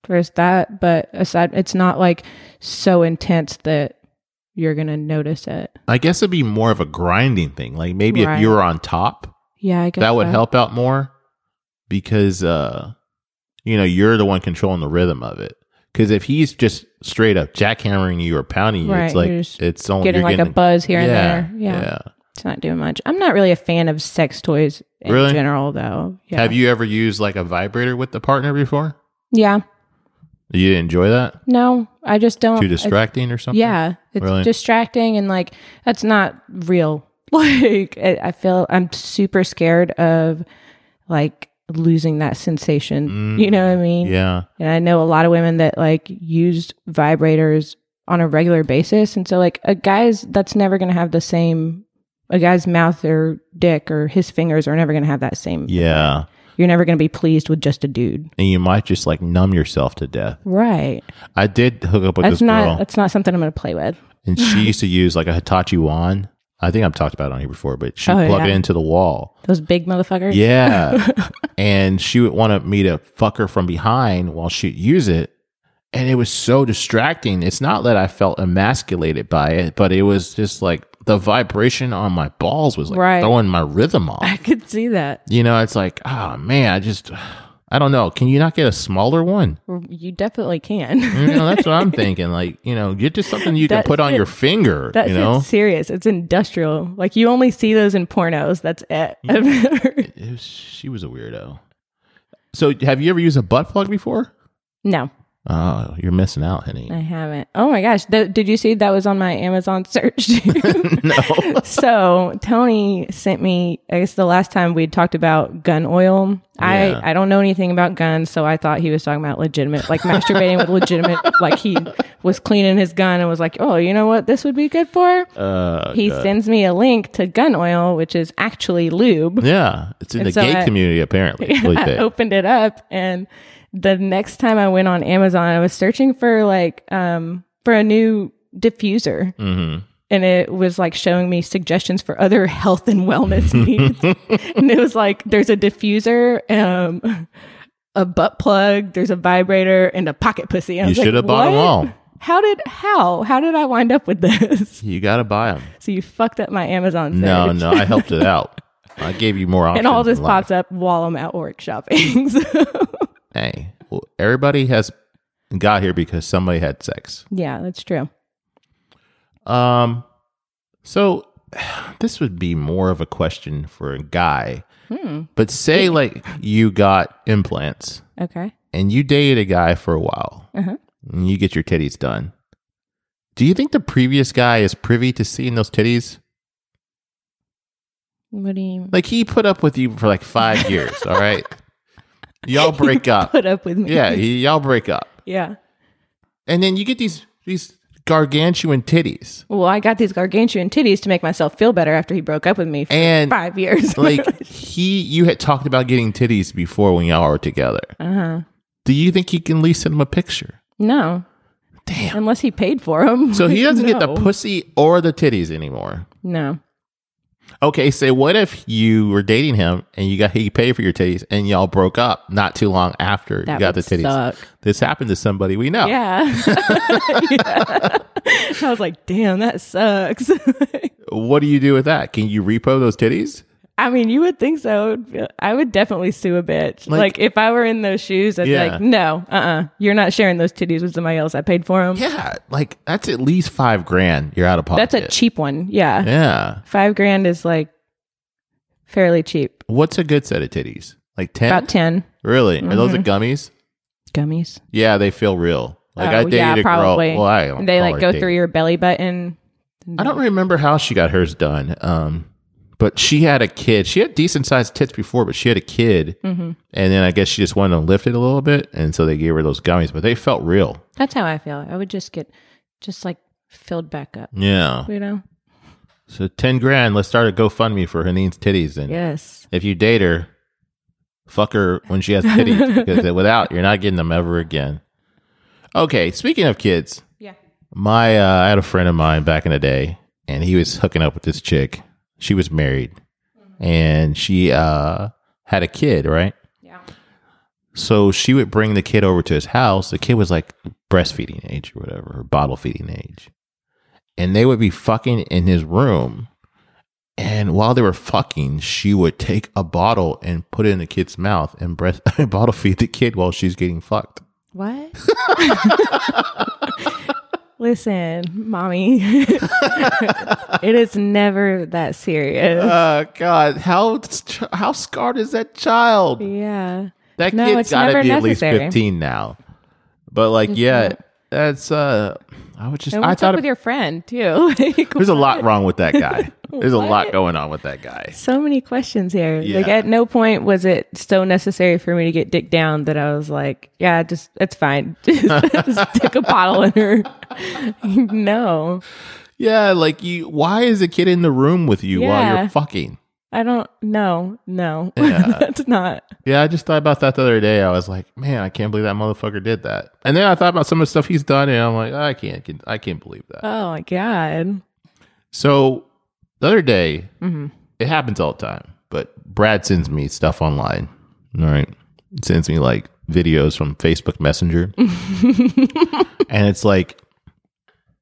Speaker 2: there's that, but aside, it's not like so intense that you're gonna notice it.
Speaker 1: I guess it'd be more of a grinding thing. Like maybe if
Speaker 2: Right.
Speaker 1: you were on top,
Speaker 2: Yeah, I guess
Speaker 1: that would
Speaker 2: so.
Speaker 1: help out more because uh you know you're the one controlling the rhythm of it because if he's just straight up jackhammering you or pounding you
Speaker 2: Right,
Speaker 1: it's like
Speaker 2: you're just
Speaker 1: it's only
Speaker 2: Getting
Speaker 1: you're
Speaker 2: like a buzz here and there.
Speaker 1: yeah,
Speaker 2: Yeah. it's not doing much. I'm not really a fan of sex toys in
Speaker 1: Really?
Speaker 2: general, though. Yeah.
Speaker 1: have you ever used like a vibrator with the partner before
Speaker 2: Yeah.
Speaker 1: you enjoy that
Speaker 2: No, I just don't.
Speaker 1: too
Speaker 2: it's-
Speaker 1: distracting or something
Speaker 2: Yeah, it's
Speaker 1: Really?
Speaker 2: distracting and like that's not real. Like I I feel I'm super scared of like losing that sensation.
Speaker 1: Mm.
Speaker 2: you know what I mean?
Speaker 1: yeah
Speaker 2: And I know a lot of women that like used vibrators on a regular basis. And so like a guy's that's never gonna have the same a guy's mouth or dick or his fingers are never gonna have that same
Speaker 1: yeah
Speaker 2: you're never going to be pleased with just a dude.
Speaker 1: and you might just like numb yourself to death
Speaker 2: Right.
Speaker 1: i did hook up with
Speaker 2: That's
Speaker 1: this
Speaker 2: not
Speaker 1: girl
Speaker 2: that's not something I'm going to play with.
Speaker 1: and she used to use like a hitachi wand i think i've talked about it on here before but she
Speaker 2: Oh,
Speaker 1: plugged
Speaker 2: yeah.
Speaker 1: it into the wall
Speaker 2: Those big motherfuckers.
Speaker 1: Yeah. and she would want me to fuck her from behind while she'd use it. And it was so distracting. It's not that I felt emasculated by it, but it was just like the vibration on my balls was like
Speaker 2: Right.
Speaker 1: throwing my rhythm
Speaker 2: I
Speaker 1: off.
Speaker 2: could see that.
Speaker 1: You know, it's like, oh man, I just, I don't know. Can you not get a smaller one?
Speaker 2: You definitely can.
Speaker 1: You know, that's what I'm thinking. Like, you know, get just something you can
Speaker 2: That
Speaker 1: put on
Speaker 2: shit-
Speaker 1: your finger,
Speaker 2: That
Speaker 1: you
Speaker 2: shit's
Speaker 1: know?
Speaker 2: serious. It's industrial. Like you only see those in pornos. That's it.
Speaker 1: Mm.
Speaker 2: I've never-
Speaker 1: It was, she was a weirdo. So, have you ever used a butt plug before?
Speaker 2: no.
Speaker 1: Oh, you're missing out, honey.
Speaker 2: I haven't. Oh my gosh. Th- did you see that was on my Amazon search? dude?
Speaker 1: No.
Speaker 2: so Tony sent me, I guess the last time we talked about gun oil.
Speaker 1: Yeah.
Speaker 2: I, I don't know anything about guns. So I thought he was talking about legitimate, like masturbating with legitimate, like he was cleaning his gun and was like, oh, you know what this would be good for?
Speaker 1: Uh,
Speaker 2: he sends me a link to gun oil, which is actually lube.
Speaker 1: yeah, it's in the
Speaker 2: so
Speaker 1: gay
Speaker 2: I-
Speaker 1: community apparently. Really
Speaker 2: I
Speaker 1: big.
Speaker 2: opened it up and the next time I went on Amazon, I was searching for like um for a new diffuser
Speaker 1: Mhm.
Speaker 2: and it was like showing me suggestions for other health and wellness needs. and it was like there's a diffuser, um a butt plug, there's a vibrator and a pocket pussy. And I
Speaker 1: You
Speaker 2: was like,
Speaker 1: should have bought them
Speaker 2: "What?
Speaker 1: all.
Speaker 2: How did how? How did I wind up with this?
Speaker 1: You got to buy them.
Speaker 2: So you fucked up my Amazon search.
Speaker 1: No, no, I helped it out. I gave you more options.
Speaker 2: and all this
Speaker 1: in life.
Speaker 2: pops up while I'm at work shopping. so
Speaker 1: Hey, well, everybody has got here because somebody had sex.
Speaker 2: Yeah, that's true.
Speaker 1: Um, so this would be more of a question for a guy,
Speaker 2: Hmm.
Speaker 1: but say like you got implants
Speaker 2: Okay.
Speaker 1: and you dated a guy for a while,
Speaker 2: Uh-huh.
Speaker 1: and you get your titties done. Do you think the previous guy is privy to seeing those titties?
Speaker 2: What do you
Speaker 1: Like he put up with you for like five years. All right, y'all break up.
Speaker 2: put up with me?
Speaker 1: Yeah, he, y'all break up.
Speaker 2: Yeah.
Speaker 1: and then you get these these gargantuan titties
Speaker 2: Well, I got these gargantuan titties to make myself feel better after he broke up with me for
Speaker 1: and
Speaker 2: five years.
Speaker 1: like he you had talked about getting titties before when y'all were together
Speaker 2: uh huh.
Speaker 1: do you think he can at least send him a picture
Speaker 2: No.
Speaker 1: Damn.
Speaker 2: Unless he paid for them.
Speaker 1: so he doesn't get the
Speaker 2: No.
Speaker 1: pussy or the titties anymore
Speaker 2: No.
Speaker 1: okay say what if you were dating him and you got he paid for your titties and y'all broke up not too long after
Speaker 2: That
Speaker 1: you got the
Speaker 2: would
Speaker 1: titties
Speaker 2: suck.
Speaker 1: this happened to somebody we know
Speaker 2: Yeah. Yeah. I was like, damn, that sucks.
Speaker 1: what do you do with that can you repo those titties
Speaker 2: I mean, you would think so. I would definitely sue a bitch. Like,
Speaker 1: Like-
Speaker 2: if I were in those shoes, I'd
Speaker 1: Yeah.
Speaker 2: be like, no, uh uh-uh, uh, you are not sharing those titties with somebody else. I paid for them.
Speaker 1: yeah like that's at least five grand you're out of pocket
Speaker 2: That's a cheap one. Yeah.
Speaker 1: yeah
Speaker 2: Five grand is like fairly cheap.
Speaker 1: What's a good set of titties? Like 10?
Speaker 2: About Mm-hmm. 10
Speaker 1: Really? Are those the gummies?
Speaker 2: gummies.
Speaker 1: Yeah, they feel real. Like I
Speaker 2: Oh,
Speaker 1: dated
Speaker 2: yeah,
Speaker 1: a
Speaker 2: probably.
Speaker 1: girl. Well, I don't
Speaker 2: And they
Speaker 1: call
Speaker 2: like
Speaker 1: her
Speaker 2: go
Speaker 1: dating.
Speaker 2: through your belly button.
Speaker 1: I don't remember how she got hers done. Um, but she had a kid. She had decent sized tits before, but she had a kid.
Speaker 2: Mhm.
Speaker 1: And then I guess she just wanted to lift it a little bit. And so they gave her those gummies, but they felt real.
Speaker 2: That's how I feel. I would just get just like filled back up,
Speaker 1: Yeah.
Speaker 2: you know?
Speaker 1: So 10 grand. Let's start a GoFundMe for Helene's titties. And
Speaker 2: Yes.
Speaker 1: if you date her, fuck her when she has titties because without, you're not getting them ever again. Okay. Speaking of kids.
Speaker 2: Yeah.
Speaker 1: My, uh, I had a friend of mine back in the day, and he was hooking up with this chick. She was married, and she uh, had a kid, right?
Speaker 2: Yeah.
Speaker 1: So she would bring the kid over to his house. The kid was like breastfeeding age or whatever, or bottle feeding age, and they would be fucking in his room. And while they were fucking, she would take a bottle and put it in the kid's mouth and breast bottle feed the kid while she's getting fucked.
Speaker 2: What? Listen, mommy, it is never that serious.
Speaker 1: Uh, God, how how scarred is that child?
Speaker 2: yeah.
Speaker 1: That
Speaker 2: No,
Speaker 1: kid's
Speaker 2: it's
Speaker 1: got to
Speaker 2: never
Speaker 1: be at least
Speaker 2: necessary.
Speaker 1: 15 now. But like, yeah, that's uh, I would just,
Speaker 2: And
Speaker 1: I
Speaker 2: what's
Speaker 1: thought
Speaker 2: up
Speaker 1: it-
Speaker 2: with your friend, too? Like,
Speaker 1: there's a lot wrong with that guy. There's a lot
Speaker 2: What?
Speaker 1: going on with that guy.
Speaker 2: so many questions here. Like
Speaker 1: Yeah.
Speaker 2: at no point was it so necessary for me to get dick down that I was like, yeah, just it's fine. just stick a bottle in her. no.
Speaker 1: Yeah, like you, why is the kid in the room with you while
Speaker 2: Yeah.
Speaker 1: you're fucking?
Speaker 2: I don't no, no.
Speaker 1: Yeah.
Speaker 2: That's not
Speaker 1: Yeah, I just thought about that the other day. I was like, man, I can't believe that motherfucker did that. And then I thought about some of the stuff he's done, and I'm like, I can't, I can't believe that.
Speaker 2: oh my God.
Speaker 1: So the other day,
Speaker 2: hmm
Speaker 1: it happens all the time, but Brad sends me stuff online. All right. He sends me like videos from Facebook Messenger. and it's like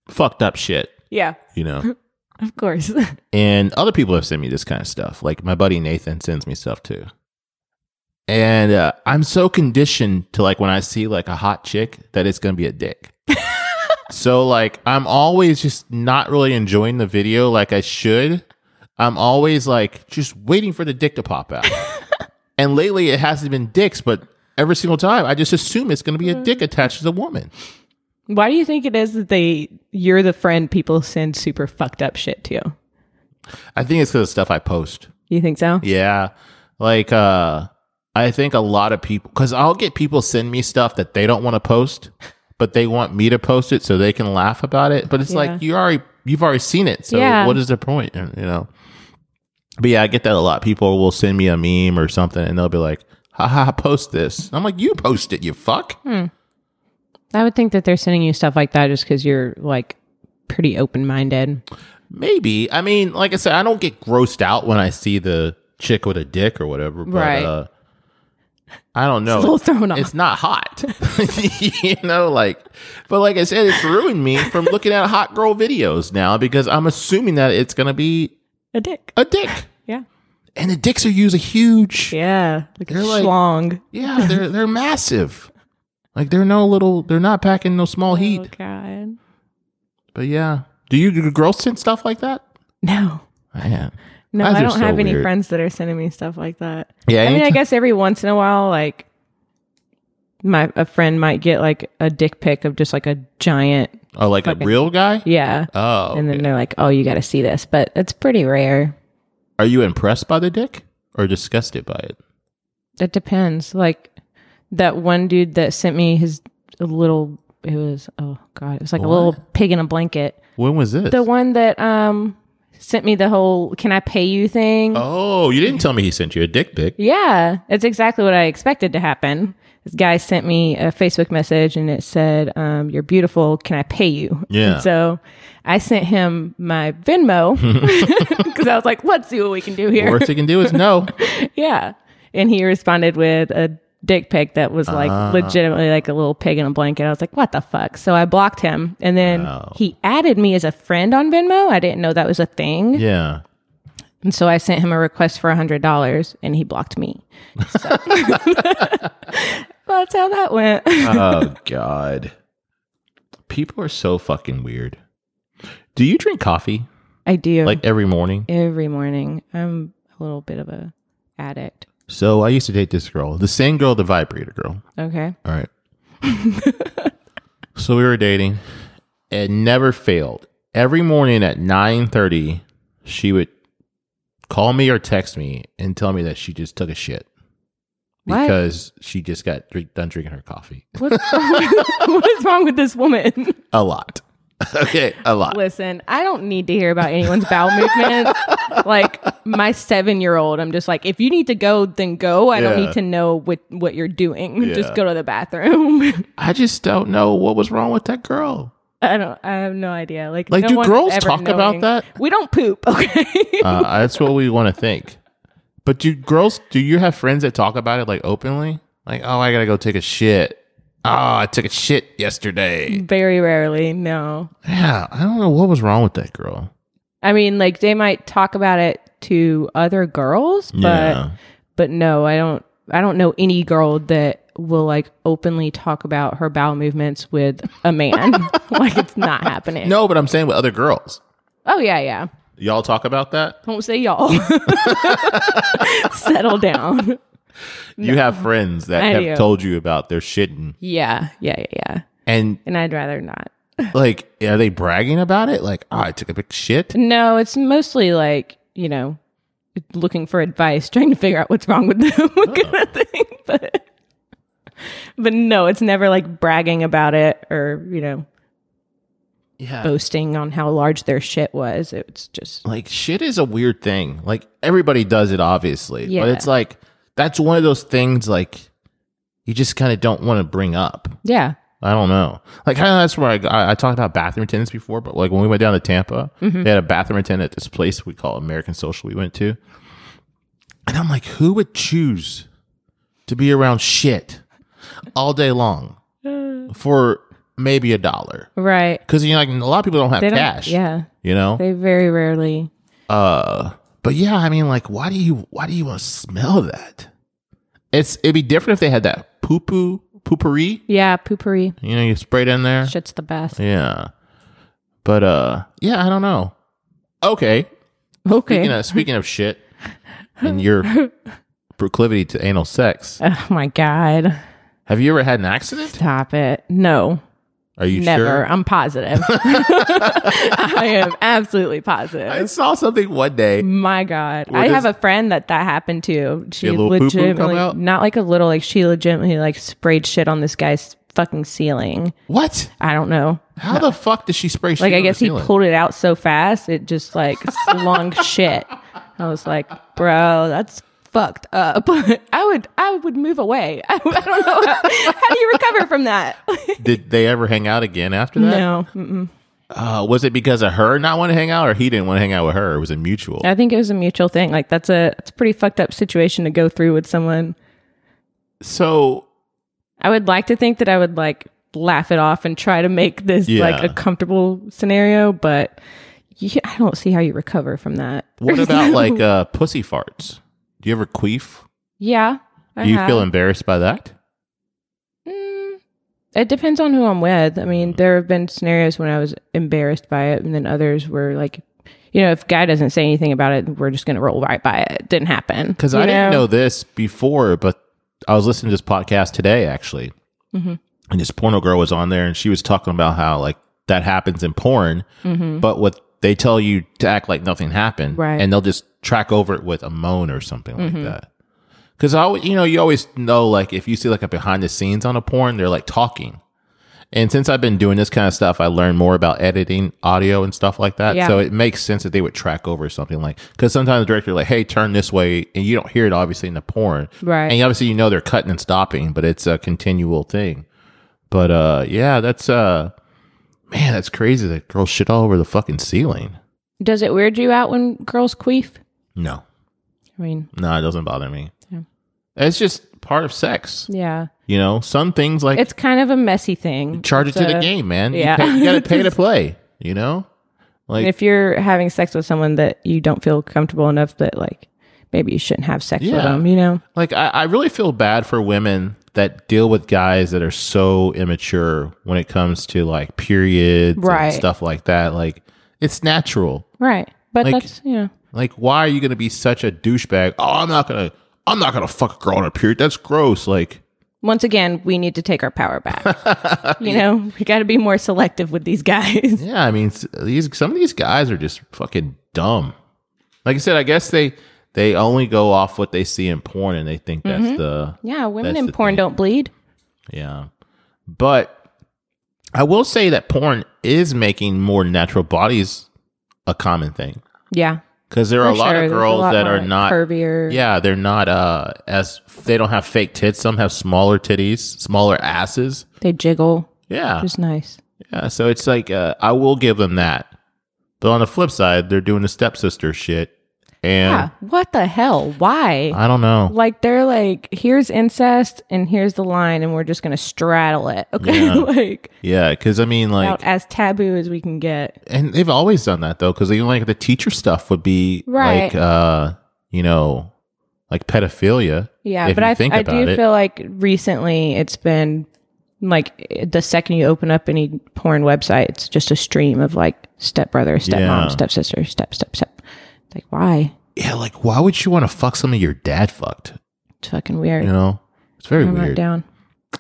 Speaker 1: fucked up shit,
Speaker 2: Yeah,
Speaker 1: you know?
Speaker 2: of course.
Speaker 1: and other people have sent me this kind of stuff. Like my buddy Nathan sends me stuff too. And uh, I'm so conditioned to like when I see like a hot chick that it's going to be a dick. so like I'm always just not really enjoying the video like I should. I'm always like just waiting for the dick to pop out. and lately it hasn't been dicks, but every single time. I just assume it's going to be a dick attached to the woman.
Speaker 2: Why do you think it is that they you're the friend people send super fucked up shit to?
Speaker 1: I think it's because of stuff I post.
Speaker 2: You think so?
Speaker 1: Yeah. Like, uh, I think a lot of people, because I'll get people send me stuff that they don't want to post, but they want me to post it so they can laugh about it. But it's
Speaker 2: Yeah.
Speaker 1: like, you already, you've already seen it. So
Speaker 2: Yeah.
Speaker 1: what is the point? You know? But yeah, I get that a lot. People will send me a meme or something and they'll be like, haha, post this. I'm like, you post it, you fuck.
Speaker 2: I would think that they're sending you stuff like that just because you're like pretty open minded.
Speaker 1: Maybe. I mean, like I said, I don't get grossed out when I see the chick with a dick or whatever. But,
Speaker 2: Right.
Speaker 1: Uh, I don't know.
Speaker 2: a little thrown off.
Speaker 1: It's not hot. you know, like, but like I said, it's ruined me from looking at hot girl videos now because I'm assuming that it's going to be
Speaker 2: A dick.
Speaker 1: a dick.
Speaker 2: Yeah.
Speaker 1: And the dicks are usually huge. Yeah.
Speaker 2: Yeah. Like a
Speaker 1: They're like-
Speaker 2: schlong.
Speaker 1: they're, they're massive. Like, they're no little, they're not packing no small
Speaker 2: Oh,
Speaker 1: heat.
Speaker 2: God.
Speaker 1: But yeah. Do you do girls send stuff like that?
Speaker 2: No.
Speaker 1: I am.
Speaker 2: No,
Speaker 1: Guys
Speaker 2: I
Speaker 1: are
Speaker 2: don't
Speaker 1: so
Speaker 2: have any
Speaker 1: weird.
Speaker 2: friends that are sending me stuff like that.
Speaker 1: Yeah.
Speaker 2: I mean, I
Speaker 1: anytime-
Speaker 2: guess every once in a while, like my a friend might get like a dick pic of just like a giant,
Speaker 1: oh, like a
Speaker 2: fucking-
Speaker 1: real guy?
Speaker 2: yeah,
Speaker 1: Oh.
Speaker 2: and then
Speaker 1: okay.
Speaker 2: they're like, "Oh, you got to see this," but it's pretty rare.
Speaker 1: Are you impressed by the dick or disgusted by it?
Speaker 2: It depends. Like that one dude that sent me his little. It was oh god, it was like a little pig in a blanket.
Speaker 1: When was this?
Speaker 2: The one that um sent me the whole "Can I pay you?" thing.
Speaker 1: oh, you didn't tell me he sent you a dick pic.
Speaker 2: Yeah, it's exactly what I expected to happen. This guy sent me a Facebook message and it said, um, "You're beautiful. Can I pay you?"
Speaker 1: Yeah.
Speaker 2: And so I sent him my Venmo because I was like, "Let's see what we can do here."
Speaker 1: Worst he can do is no.
Speaker 2: yeah, and he responded with a dick pic that was like legitimately like a little pig in a blanket. I was like, "What the fuck?" So I blocked him, and then he added me as a friend on Venmo. I didn't know that was a thing.
Speaker 1: Yeah.
Speaker 2: And so I sent him a request for $100 and he blocked me. So. That's how that went.
Speaker 1: Oh God. People are so fucking weird. Do you drink coffee
Speaker 2: I do
Speaker 1: like every morning?
Speaker 2: every morning. I'm a little bit of a addict.
Speaker 1: So I used to date this girl, the same girl, the vibrator girl.
Speaker 2: Okay.
Speaker 1: All right. so we were dating. It never failed. Every morning at nine thirty, she would call me or text me and tell me that she just took a shit
Speaker 2: What?
Speaker 1: because she just got drink, done drinking her coffee.
Speaker 2: What's wrong, what's wrong with this woman?
Speaker 1: A lot. okay, a lot.
Speaker 2: Listen, I don't need to hear about anyone's bowel movement. like my seven year old, I'm just like, if you need to go, then go. I don't
Speaker 1: Yeah.
Speaker 2: need to know what, what you're doing.
Speaker 1: Yeah.
Speaker 2: Just go to the bathroom.
Speaker 1: I just don't know what was wrong with that girl.
Speaker 2: I don't. I have no idea. Like,
Speaker 1: Like,
Speaker 2: no
Speaker 1: do
Speaker 2: one
Speaker 1: girls
Speaker 2: ever
Speaker 1: talk about
Speaker 2: knowing-
Speaker 1: that?
Speaker 2: We don't poop. Okay.
Speaker 1: Uh, that's what we want to think. But do girls? Do you have friends that talk about it like openly? Like, oh, I gotta go take a shit. Oh, I took a shit yesterday.
Speaker 2: Very rarely. No.
Speaker 1: Yeah, I don't know what was wrong with that girl.
Speaker 2: I mean, like they might talk about it to other girls, but
Speaker 1: Yeah.
Speaker 2: but no, I don't. I don't know any girl that will like openly talk about her bowel movements with a man. like it's not happening.
Speaker 1: No, but I'm saying with other girls.
Speaker 2: Oh yeah, yeah.
Speaker 1: Y'all talk about that?
Speaker 2: Don't say y'all. Settle down.
Speaker 1: You have friends that
Speaker 2: I
Speaker 1: have
Speaker 2: do.
Speaker 1: told you about their shitting.
Speaker 2: Yeah, yeah, yeah, yeah.
Speaker 1: And
Speaker 2: And I'd rather not.
Speaker 1: like, are they bragging about it? Like, oh, I took a big shit.
Speaker 2: No, it's mostly like, you know, looking for advice, trying to figure out what's wrong with them kind of
Speaker 1: Uh-huh.
Speaker 2: thing. But but no, it's never like bragging about it or, you know,
Speaker 1: Yeah.
Speaker 2: boasting on how large their shit was. It's just
Speaker 1: like shit is a weird thing. Like everybody does it, obviously,
Speaker 2: Yeah.
Speaker 1: but it's like that's one of those things like you just kind of don't want to bring up.
Speaker 2: Yeah.
Speaker 1: I don't know. Like kind of that's where I, got- I I talked about bathroom attendants before, but like when we went down to Tampa,
Speaker 2: Mm-hmm.
Speaker 1: they had a bathroom attendant at this place we call American Social. We went to, and I'm like, who would choose to be around shit all day long for maybe a dollar?
Speaker 2: Right.
Speaker 1: Because you know, like a lot of people don't have
Speaker 2: They don't
Speaker 1: cash.
Speaker 2: Yeah.
Speaker 1: you know,
Speaker 2: They very rarely
Speaker 1: uh, but yeah, I mean, like, why do you why do you want to smell that? It's it'd be different if they had that poo poo poopery.
Speaker 2: Yeah, poopery.
Speaker 1: You know, you spray it in there.
Speaker 2: Shit's the best.
Speaker 1: Yeah, but uh, yeah, I don't know. Okay,
Speaker 2: Okay.
Speaker 1: you know, speaking of shit, and your proclivity to anal sex.
Speaker 2: Oh my God.
Speaker 1: Have you ever had an accident?
Speaker 2: Stop it. No.
Speaker 1: Are you
Speaker 2: never.
Speaker 1: sure?
Speaker 2: I'm positive. I am absolutely positive.
Speaker 1: I saw something one day.
Speaker 2: My God,
Speaker 1: Well,
Speaker 2: I
Speaker 1: this-
Speaker 2: have a friend that that happened to. She
Speaker 1: a little poo-poo come
Speaker 2: legitimately,
Speaker 1: out?
Speaker 2: not like a little, like she legitimately like sprayed shit on this guy's fucking ceiling.
Speaker 1: What?
Speaker 2: I don't know.
Speaker 1: How the fuck did she spray shit?
Speaker 2: Like I
Speaker 1: on the
Speaker 2: guess he
Speaker 1: ceiling?
Speaker 2: pulled it out so fast it just like slung shit. I was like, bro, that's fucked up. I would I would move away. I, I don't know how, how do you recover from that.
Speaker 1: Did they ever hang out again after that?
Speaker 2: no, mm-mm.
Speaker 1: Uh, was it because of her not want to hang out, or he didn't want to hang out with her? Or was it mutual?
Speaker 2: I think it was a mutual thing. Like that's a it's a pretty fucked up situation to go through with someone.
Speaker 1: So
Speaker 2: I would like to think that I would like laugh it off and try to make this
Speaker 1: Yeah.
Speaker 2: like a comfortable scenario, but you, I don't see how you recover from that.
Speaker 1: what about like uh, pussy farts? Do you ever queef?
Speaker 2: yeah, I
Speaker 1: Do you
Speaker 2: have.
Speaker 1: feel embarrassed by that?
Speaker 2: Mm, it depends on who I'm with. I mean, there have been scenarios when I was embarrassed by it, and then others were like, you know, if guy doesn't say anything about it, we're just gonna roll right by it. It didn't happen
Speaker 1: Because
Speaker 2: you
Speaker 1: I didn't know this before, but I was listening to this podcast today actually,
Speaker 2: Mhm.
Speaker 1: and this porno girl was on there, and she was talking about how like that happens in porn, but what they tell you to act like nothing happened,
Speaker 2: Mm-hmm. Right. Mm-hmm.
Speaker 1: And they'll just track over it with a moan or something like that. Because I, always- you know, you always know like if you see like a behind the scenes on a porn, they're like talking. And since I've been doing this kind of stuff, I learned more about editing audio and stuff like that.
Speaker 2: Yeah.
Speaker 1: So it makes sense that they would track over something like because sometimes the director like, "Hey, turn this way," and you don't hear it obviously in the porn,
Speaker 2: Right.
Speaker 1: And obviously you know they're cutting and stopping, but it's a continual thing. But uh, yeah, that's uh, man, that's crazy. That girl shit all over the fucking ceiling.
Speaker 2: Does it weird you out when girls queef?
Speaker 1: No,
Speaker 2: I mean,
Speaker 1: no, it doesn't bother me.
Speaker 2: Yeah.
Speaker 1: It's just part of sex,
Speaker 2: yeah,
Speaker 1: you know. Some things like
Speaker 2: it's kind of a messy thing.
Speaker 1: charge it
Speaker 2: It's
Speaker 1: to the
Speaker 2: a-
Speaker 1: game, man. You
Speaker 2: yeah.
Speaker 1: pay- you gotta pay to play. You know, like
Speaker 2: if you're having sex with someone that you don't feel comfortable enough that like maybe you shouldn't have sex
Speaker 1: Yeah.
Speaker 2: with them you know
Speaker 1: Like I, I really feel bad for women that deal with guys that are so immature when it comes to like periods
Speaker 2: Right.
Speaker 1: and stuff like that. Like it's natural.
Speaker 2: right but
Speaker 1: Like-
Speaker 2: that's you know
Speaker 1: Like why are you gonna be such a douchebag? Oh, I'm not gonna I'm not gonna fuck a girl on a period. That's gross. Like
Speaker 2: once again we need to take our power back you know we got to be more selective with these guys
Speaker 1: yeah, I mean s- these some of these guys are just fucking dumb. Like I said, I guess they they only go off what they see in porn and they think that's
Speaker 2: Mm-hmm.
Speaker 1: the
Speaker 2: yeah women
Speaker 1: That's
Speaker 2: in
Speaker 1: the
Speaker 2: porn
Speaker 1: thing.
Speaker 2: don't bleed
Speaker 1: Yeah. But I will say that porn is making more natural bodies a common thing
Speaker 2: yeah
Speaker 1: because there are a
Speaker 2: for
Speaker 1: lot
Speaker 2: sure.
Speaker 1: of
Speaker 2: There's a
Speaker 1: girls
Speaker 2: lot
Speaker 1: that
Speaker 2: more,
Speaker 1: are
Speaker 2: like,
Speaker 1: not
Speaker 2: curvier
Speaker 1: yeah, they're not uh as they don't have fake tits. Some have smaller titties, smaller asses.
Speaker 2: they jiggle
Speaker 1: Yeah.
Speaker 2: it's nice
Speaker 1: Yeah, so it's like uh, I will give them that. But on the flip side, they're doing the stepsister shit
Speaker 2: yeah
Speaker 1: and
Speaker 2: what the hell why
Speaker 1: I don't know.
Speaker 2: like they're like here's incest and here's the line and we're just gonna straddle it okay
Speaker 1: Yeah.
Speaker 2: like
Speaker 1: Yeah, cuz I mean like
Speaker 2: about as taboo as we can get
Speaker 1: and they've always done that though because even like the teacher stuff would be
Speaker 2: Right.
Speaker 1: like uh you know like pedophilia
Speaker 2: Yeah,
Speaker 1: if
Speaker 2: but
Speaker 1: you
Speaker 2: I,
Speaker 1: think
Speaker 2: I
Speaker 1: about
Speaker 2: do
Speaker 1: it.
Speaker 2: feel like recently it's been like the second you open up any porn website, it's just a stream of like stepbrother, stepmom,
Speaker 1: Yeah.
Speaker 2: stepsister, step, step, step. It's like, why?
Speaker 1: yeah like why would you want to fuck somebody your dad fucked
Speaker 2: It's fucking weird.
Speaker 1: you know it's very
Speaker 2: I'm not
Speaker 1: weird
Speaker 2: down.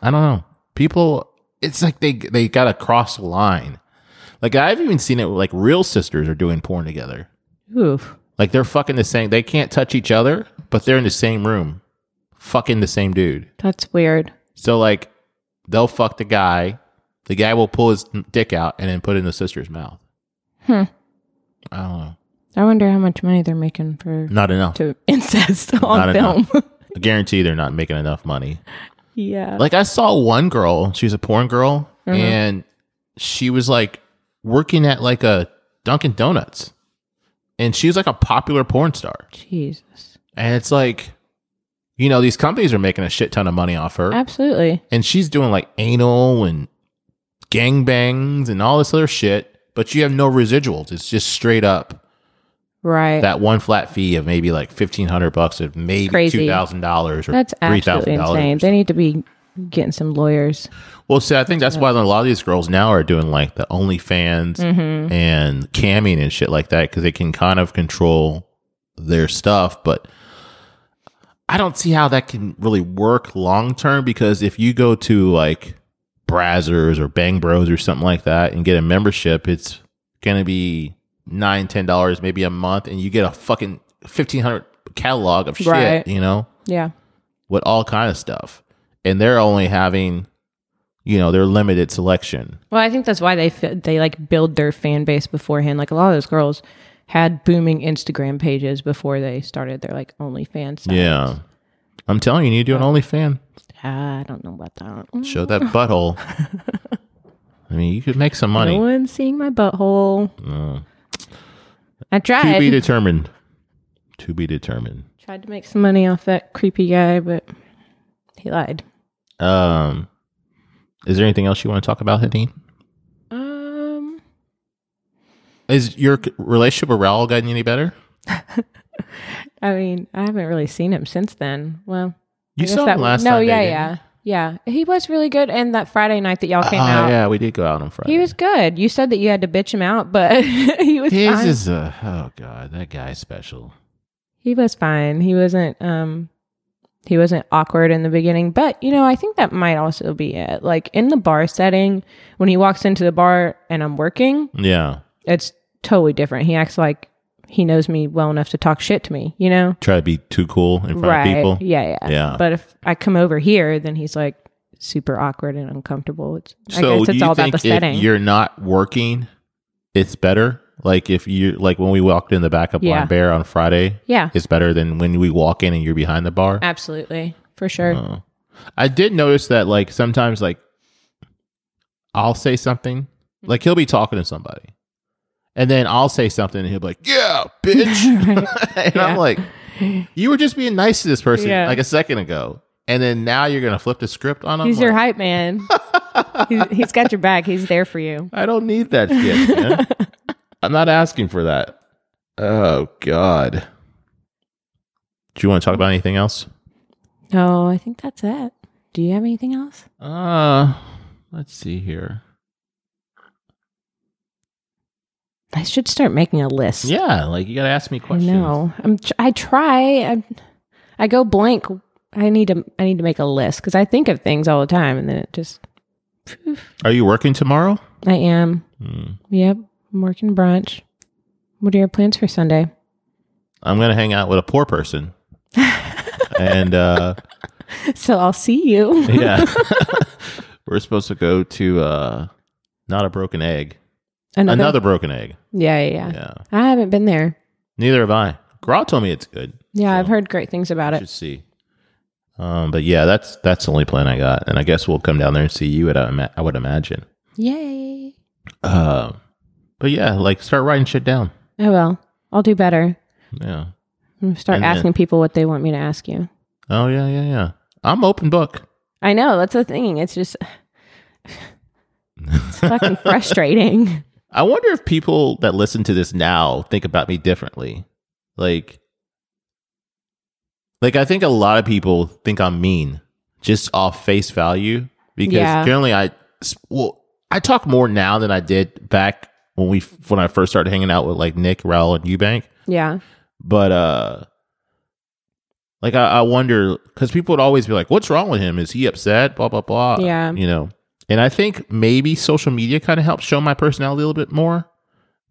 Speaker 1: i don't know people it's like they they gotta cross the line like i've even seen it like real sisters are doing porn together
Speaker 2: Oof.
Speaker 1: like they're fucking the same they can't touch each other but they're in the same room fucking the same dude
Speaker 2: That's weird.
Speaker 1: so like they'll fuck the guy the guy will pull his dick out and then put it in the sister's mouth
Speaker 2: Hmm.
Speaker 1: I don't know.
Speaker 2: I wonder how much money they're making for
Speaker 1: Not enough.
Speaker 2: to incest
Speaker 1: Mm. Not
Speaker 2: on
Speaker 1: enough.
Speaker 2: film.
Speaker 1: I guarantee they're not making enough money.
Speaker 2: yeah.
Speaker 1: Like I saw one girl, she was a porn girl, and she was like working at like a Dunkin' Donuts. And she was like a popular porn star.
Speaker 2: Jesus.
Speaker 1: And it's like, you know, these companies are making a shit ton of money off her.
Speaker 2: Absolutely.
Speaker 1: And she's doing like anal and gangbangs and all this other shit, but you have no residuals. It's just straight up
Speaker 2: Right.
Speaker 1: that one flat fee of maybe like fifteen hundred bucks of maybe
Speaker 2: Crazy.
Speaker 1: two thousand dollars or
Speaker 2: That's
Speaker 1: three
Speaker 2: absolutely
Speaker 1: thousand
Speaker 2: insane.
Speaker 1: dollars.
Speaker 2: They need to be getting some lawyers.
Speaker 1: Well, see, I think that's why a lot of these girls now are doing like the OnlyFans and camming and shit like that because they can kind of control their stuff. But I don't see how that can really work long term because if you go to like Brazzers or Bang Bros or something like that and get a membership, it's gonna be nine, ten dollars maybe a month, and you get a fucking fifteen hundred catalog of shit.
Speaker 2: Right.
Speaker 1: You know,
Speaker 2: Yeah.
Speaker 1: with all kind of stuff, and they're only having, you know, their limited selection.
Speaker 2: Well, I think that's why they fi- they like build their fan base beforehand. Like a lot of those girls had booming Instagram pages before they started their like OnlyFans. site.
Speaker 1: Yeah, I'm telling you, you need to do an OnlyFans.
Speaker 2: ah, I don't know about that. Mm,
Speaker 1: Show that butthole. I mean, you could make some
Speaker 2: No
Speaker 1: money.
Speaker 2: one's seeing my butthole.
Speaker 1: Mm.
Speaker 2: I
Speaker 1: To
Speaker 2: tried.
Speaker 1: be determined. To be determined.
Speaker 2: tried to make some money off that creepy guy, but he lied.
Speaker 1: Um, is there anything else you want to talk about, Hadine?
Speaker 2: Um,
Speaker 1: Is your c- relationship with Raul gotten any better?
Speaker 2: I mean, I haven't really seen him since then. Well, I
Speaker 1: You
Speaker 2: guess
Speaker 1: saw him
Speaker 2: that-
Speaker 1: last
Speaker 2: No,
Speaker 1: time.
Speaker 2: yeah,
Speaker 1: dating.
Speaker 2: yeah, yeah. He was really good. And that Friday night that y'all came
Speaker 1: Ah,
Speaker 2: out,
Speaker 1: yeah, we did go out on Friday.
Speaker 2: he was good. You said that you had to bitch him out, but he was.
Speaker 1: His
Speaker 2: fine.
Speaker 1: is a oh god, that guy's special.
Speaker 2: He was fine. He wasn't um he wasn't awkward in the beginning, but you know, I think that might also be it. Like in the bar setting, when he walks into the bar and I'm working,
Speaker 1: Yeah,
Speaker 2: it's totally different. He acts like he knows me well enough to talk shit to me, you know?
Speaker 1: try to be too cool in front of people.
Speaker 2: Yeah, yeah.
Speaker 1: Yeah.
Speaker 2: But if I come over here, then he's like super awkward and uncomfortable. It's
Speaker 1: So
Speaker 2: I guess
Speaker 1: do
Speaker 2: it's
Speaker 1: you
Speaker 2: all about
Speaker 1: think
Speaker 2: the setting.
Speaker 1: if you're not working, it's better? Like if you like when we walked in the backup
Speaker 2: Yeah.
Speaker 1: line bear on Friday,
Speaker 2: yeah.
Speaker 1: it's better than when we walk in and you're behind the bar.
Speaker 2: Absolutely. For sure.
Speaker 1: Oh. I did notice that like sometimes like I'll say something. Like he'll be talking to somebody. And then I'll say something and he'll be like, Yeah, bitch. and
Speaker 2: Yeah.
Speaker 1: I'm like, You were just being nice to this person
Speaker 2: Yeah.
Speaker 1: like a second ago. And then now you're gonna flip the script on him.
Speaker 2: He's your
Speaker 1: Like,
Speaker 2: hype man. he's, he's got your back. He's there for you.
Speaker 1: I don't need that shit, man. I'm not asking for that. Oh God. Do you want to talk about anything else?
Speaker 2: No, Oh, I think that's it. Do you have anything else?
Speaker 1: Uh let's see here.
Speaker 2: I should start making a list.
Speaker 1: Yeah, like you gotta ask me
Speaker 2: I
Speaker 1: questions.
Speaker 2: know. I'm. Tr- I try. I, I go blank. I need to. I need to make a list because I think of things all the time, and then it just.
Speaker 1: Are you working tomorrow?
Speaker 2: I am.
Speaker 1: Hmm.
Speaker 2: Yep. I'm working brunch. What are your plans for Sunday?
Speaker 1: I'm gonna hang out with a poor person. and uh
Speaker 2: So I'll see you.
Speaker 1: yeah. We're supposed to go to uh not a broken egg. Another, broken egg.
Speaker 2: Yeah, yeah, yeah.
Speaker 1: Yeah.
Speaker 2: I haven't been there.
Speaker 1: Neither have I. Gra told me it's good.
Speaker 2: Yeah, I've heard great things about it.
Speaker 1: Should see. Um, but yeah, that's that's the only plan I got. And I guess we'll come down there and see you at I ima- I would imagine.
Speaker 2: Yay!
Speaker 1: Um but yeah, like start writing shit down.
Speaker 2: Oh well, I'll do better.
Speaker 1: Yeah.
Speaker 2: I'm gonna start
Speaker 1: And then-
Speaker 2: asking people what they want me to ask you.
Speaker 1: Oh yeah, yeah, yeah. I'm open book.
Speaker 2: I know that's the thing. It's just it's fucking frustrating.
Speaker 1: I wonder if people that listen to this now think about me differently. Like like I think a lot of people think I'm mean just off face value because
Speaker 2: Yeah.
Speaker 1: generally I well I talk more now than I did back when we when I first started hanging out with like Nick, Raul and Eubank.
Speaker 2: Yeah.
Speaker 1: but uh like i, I wonder because people would always be like what's wrong with him is he upset blah blah blah
Speaker 2: Yeah.
Speaker 1: you know and i think maybe social media kind of helps show my personality a little bit more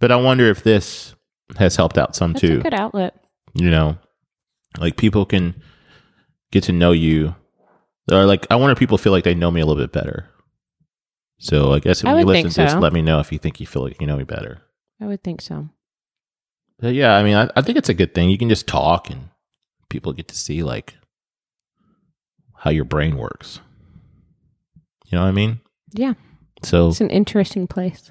Speaker 1: but i wonder if this has helped out some
Speaker 2: That's
Speaker 1: too
Speaker 2: a good outlet.
Speaker 1: you know like people can get to know you or like i wonder if people feel like they know me a little bit better so i guess if
Speaker 2: I
Speaker 1: you
Speaker 2: would
Speaker 1: listen
Speaker 2: think
Speaker 1: to this
Speaker 2: so.
Speaker 1: let me know if you think you feel like you know me better
Speaker 2: I would think so.
Speaker 1: but yeah, I mean, I, I think it's a good thing. You can just talk and people get to see like how your brain works. You know what I mean?
Speaker 2: Yeah.
Speaker 1: So
Speaker 2: It's an interesting place.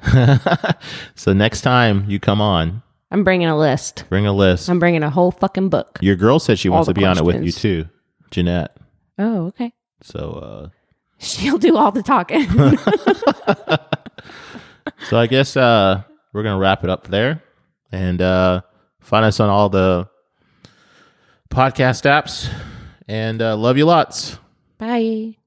Speaker 1: so next time you come on,
Speaker 2: I'm bringing a list.
Speaker 1: bring a list.
Speaker 2: I'm bringing a whole fucking book.
Speaker 1: your girl said she
Speaker 2: All
Speaker 1: wants
Speaker 2: the
Speaker 1: to be on it with you
Speaker 2: questions.
Speaker 1: too, Jeanette.
Speaker 2: Oh, okay.
Speaker 1: So
Speaker 2: She'll do all the talking.
Speaker 1: uh So I guess uh we're going to wrap it up there and uh find us on all the podcast apps and uh love you lots.
Speaker 2: Bye.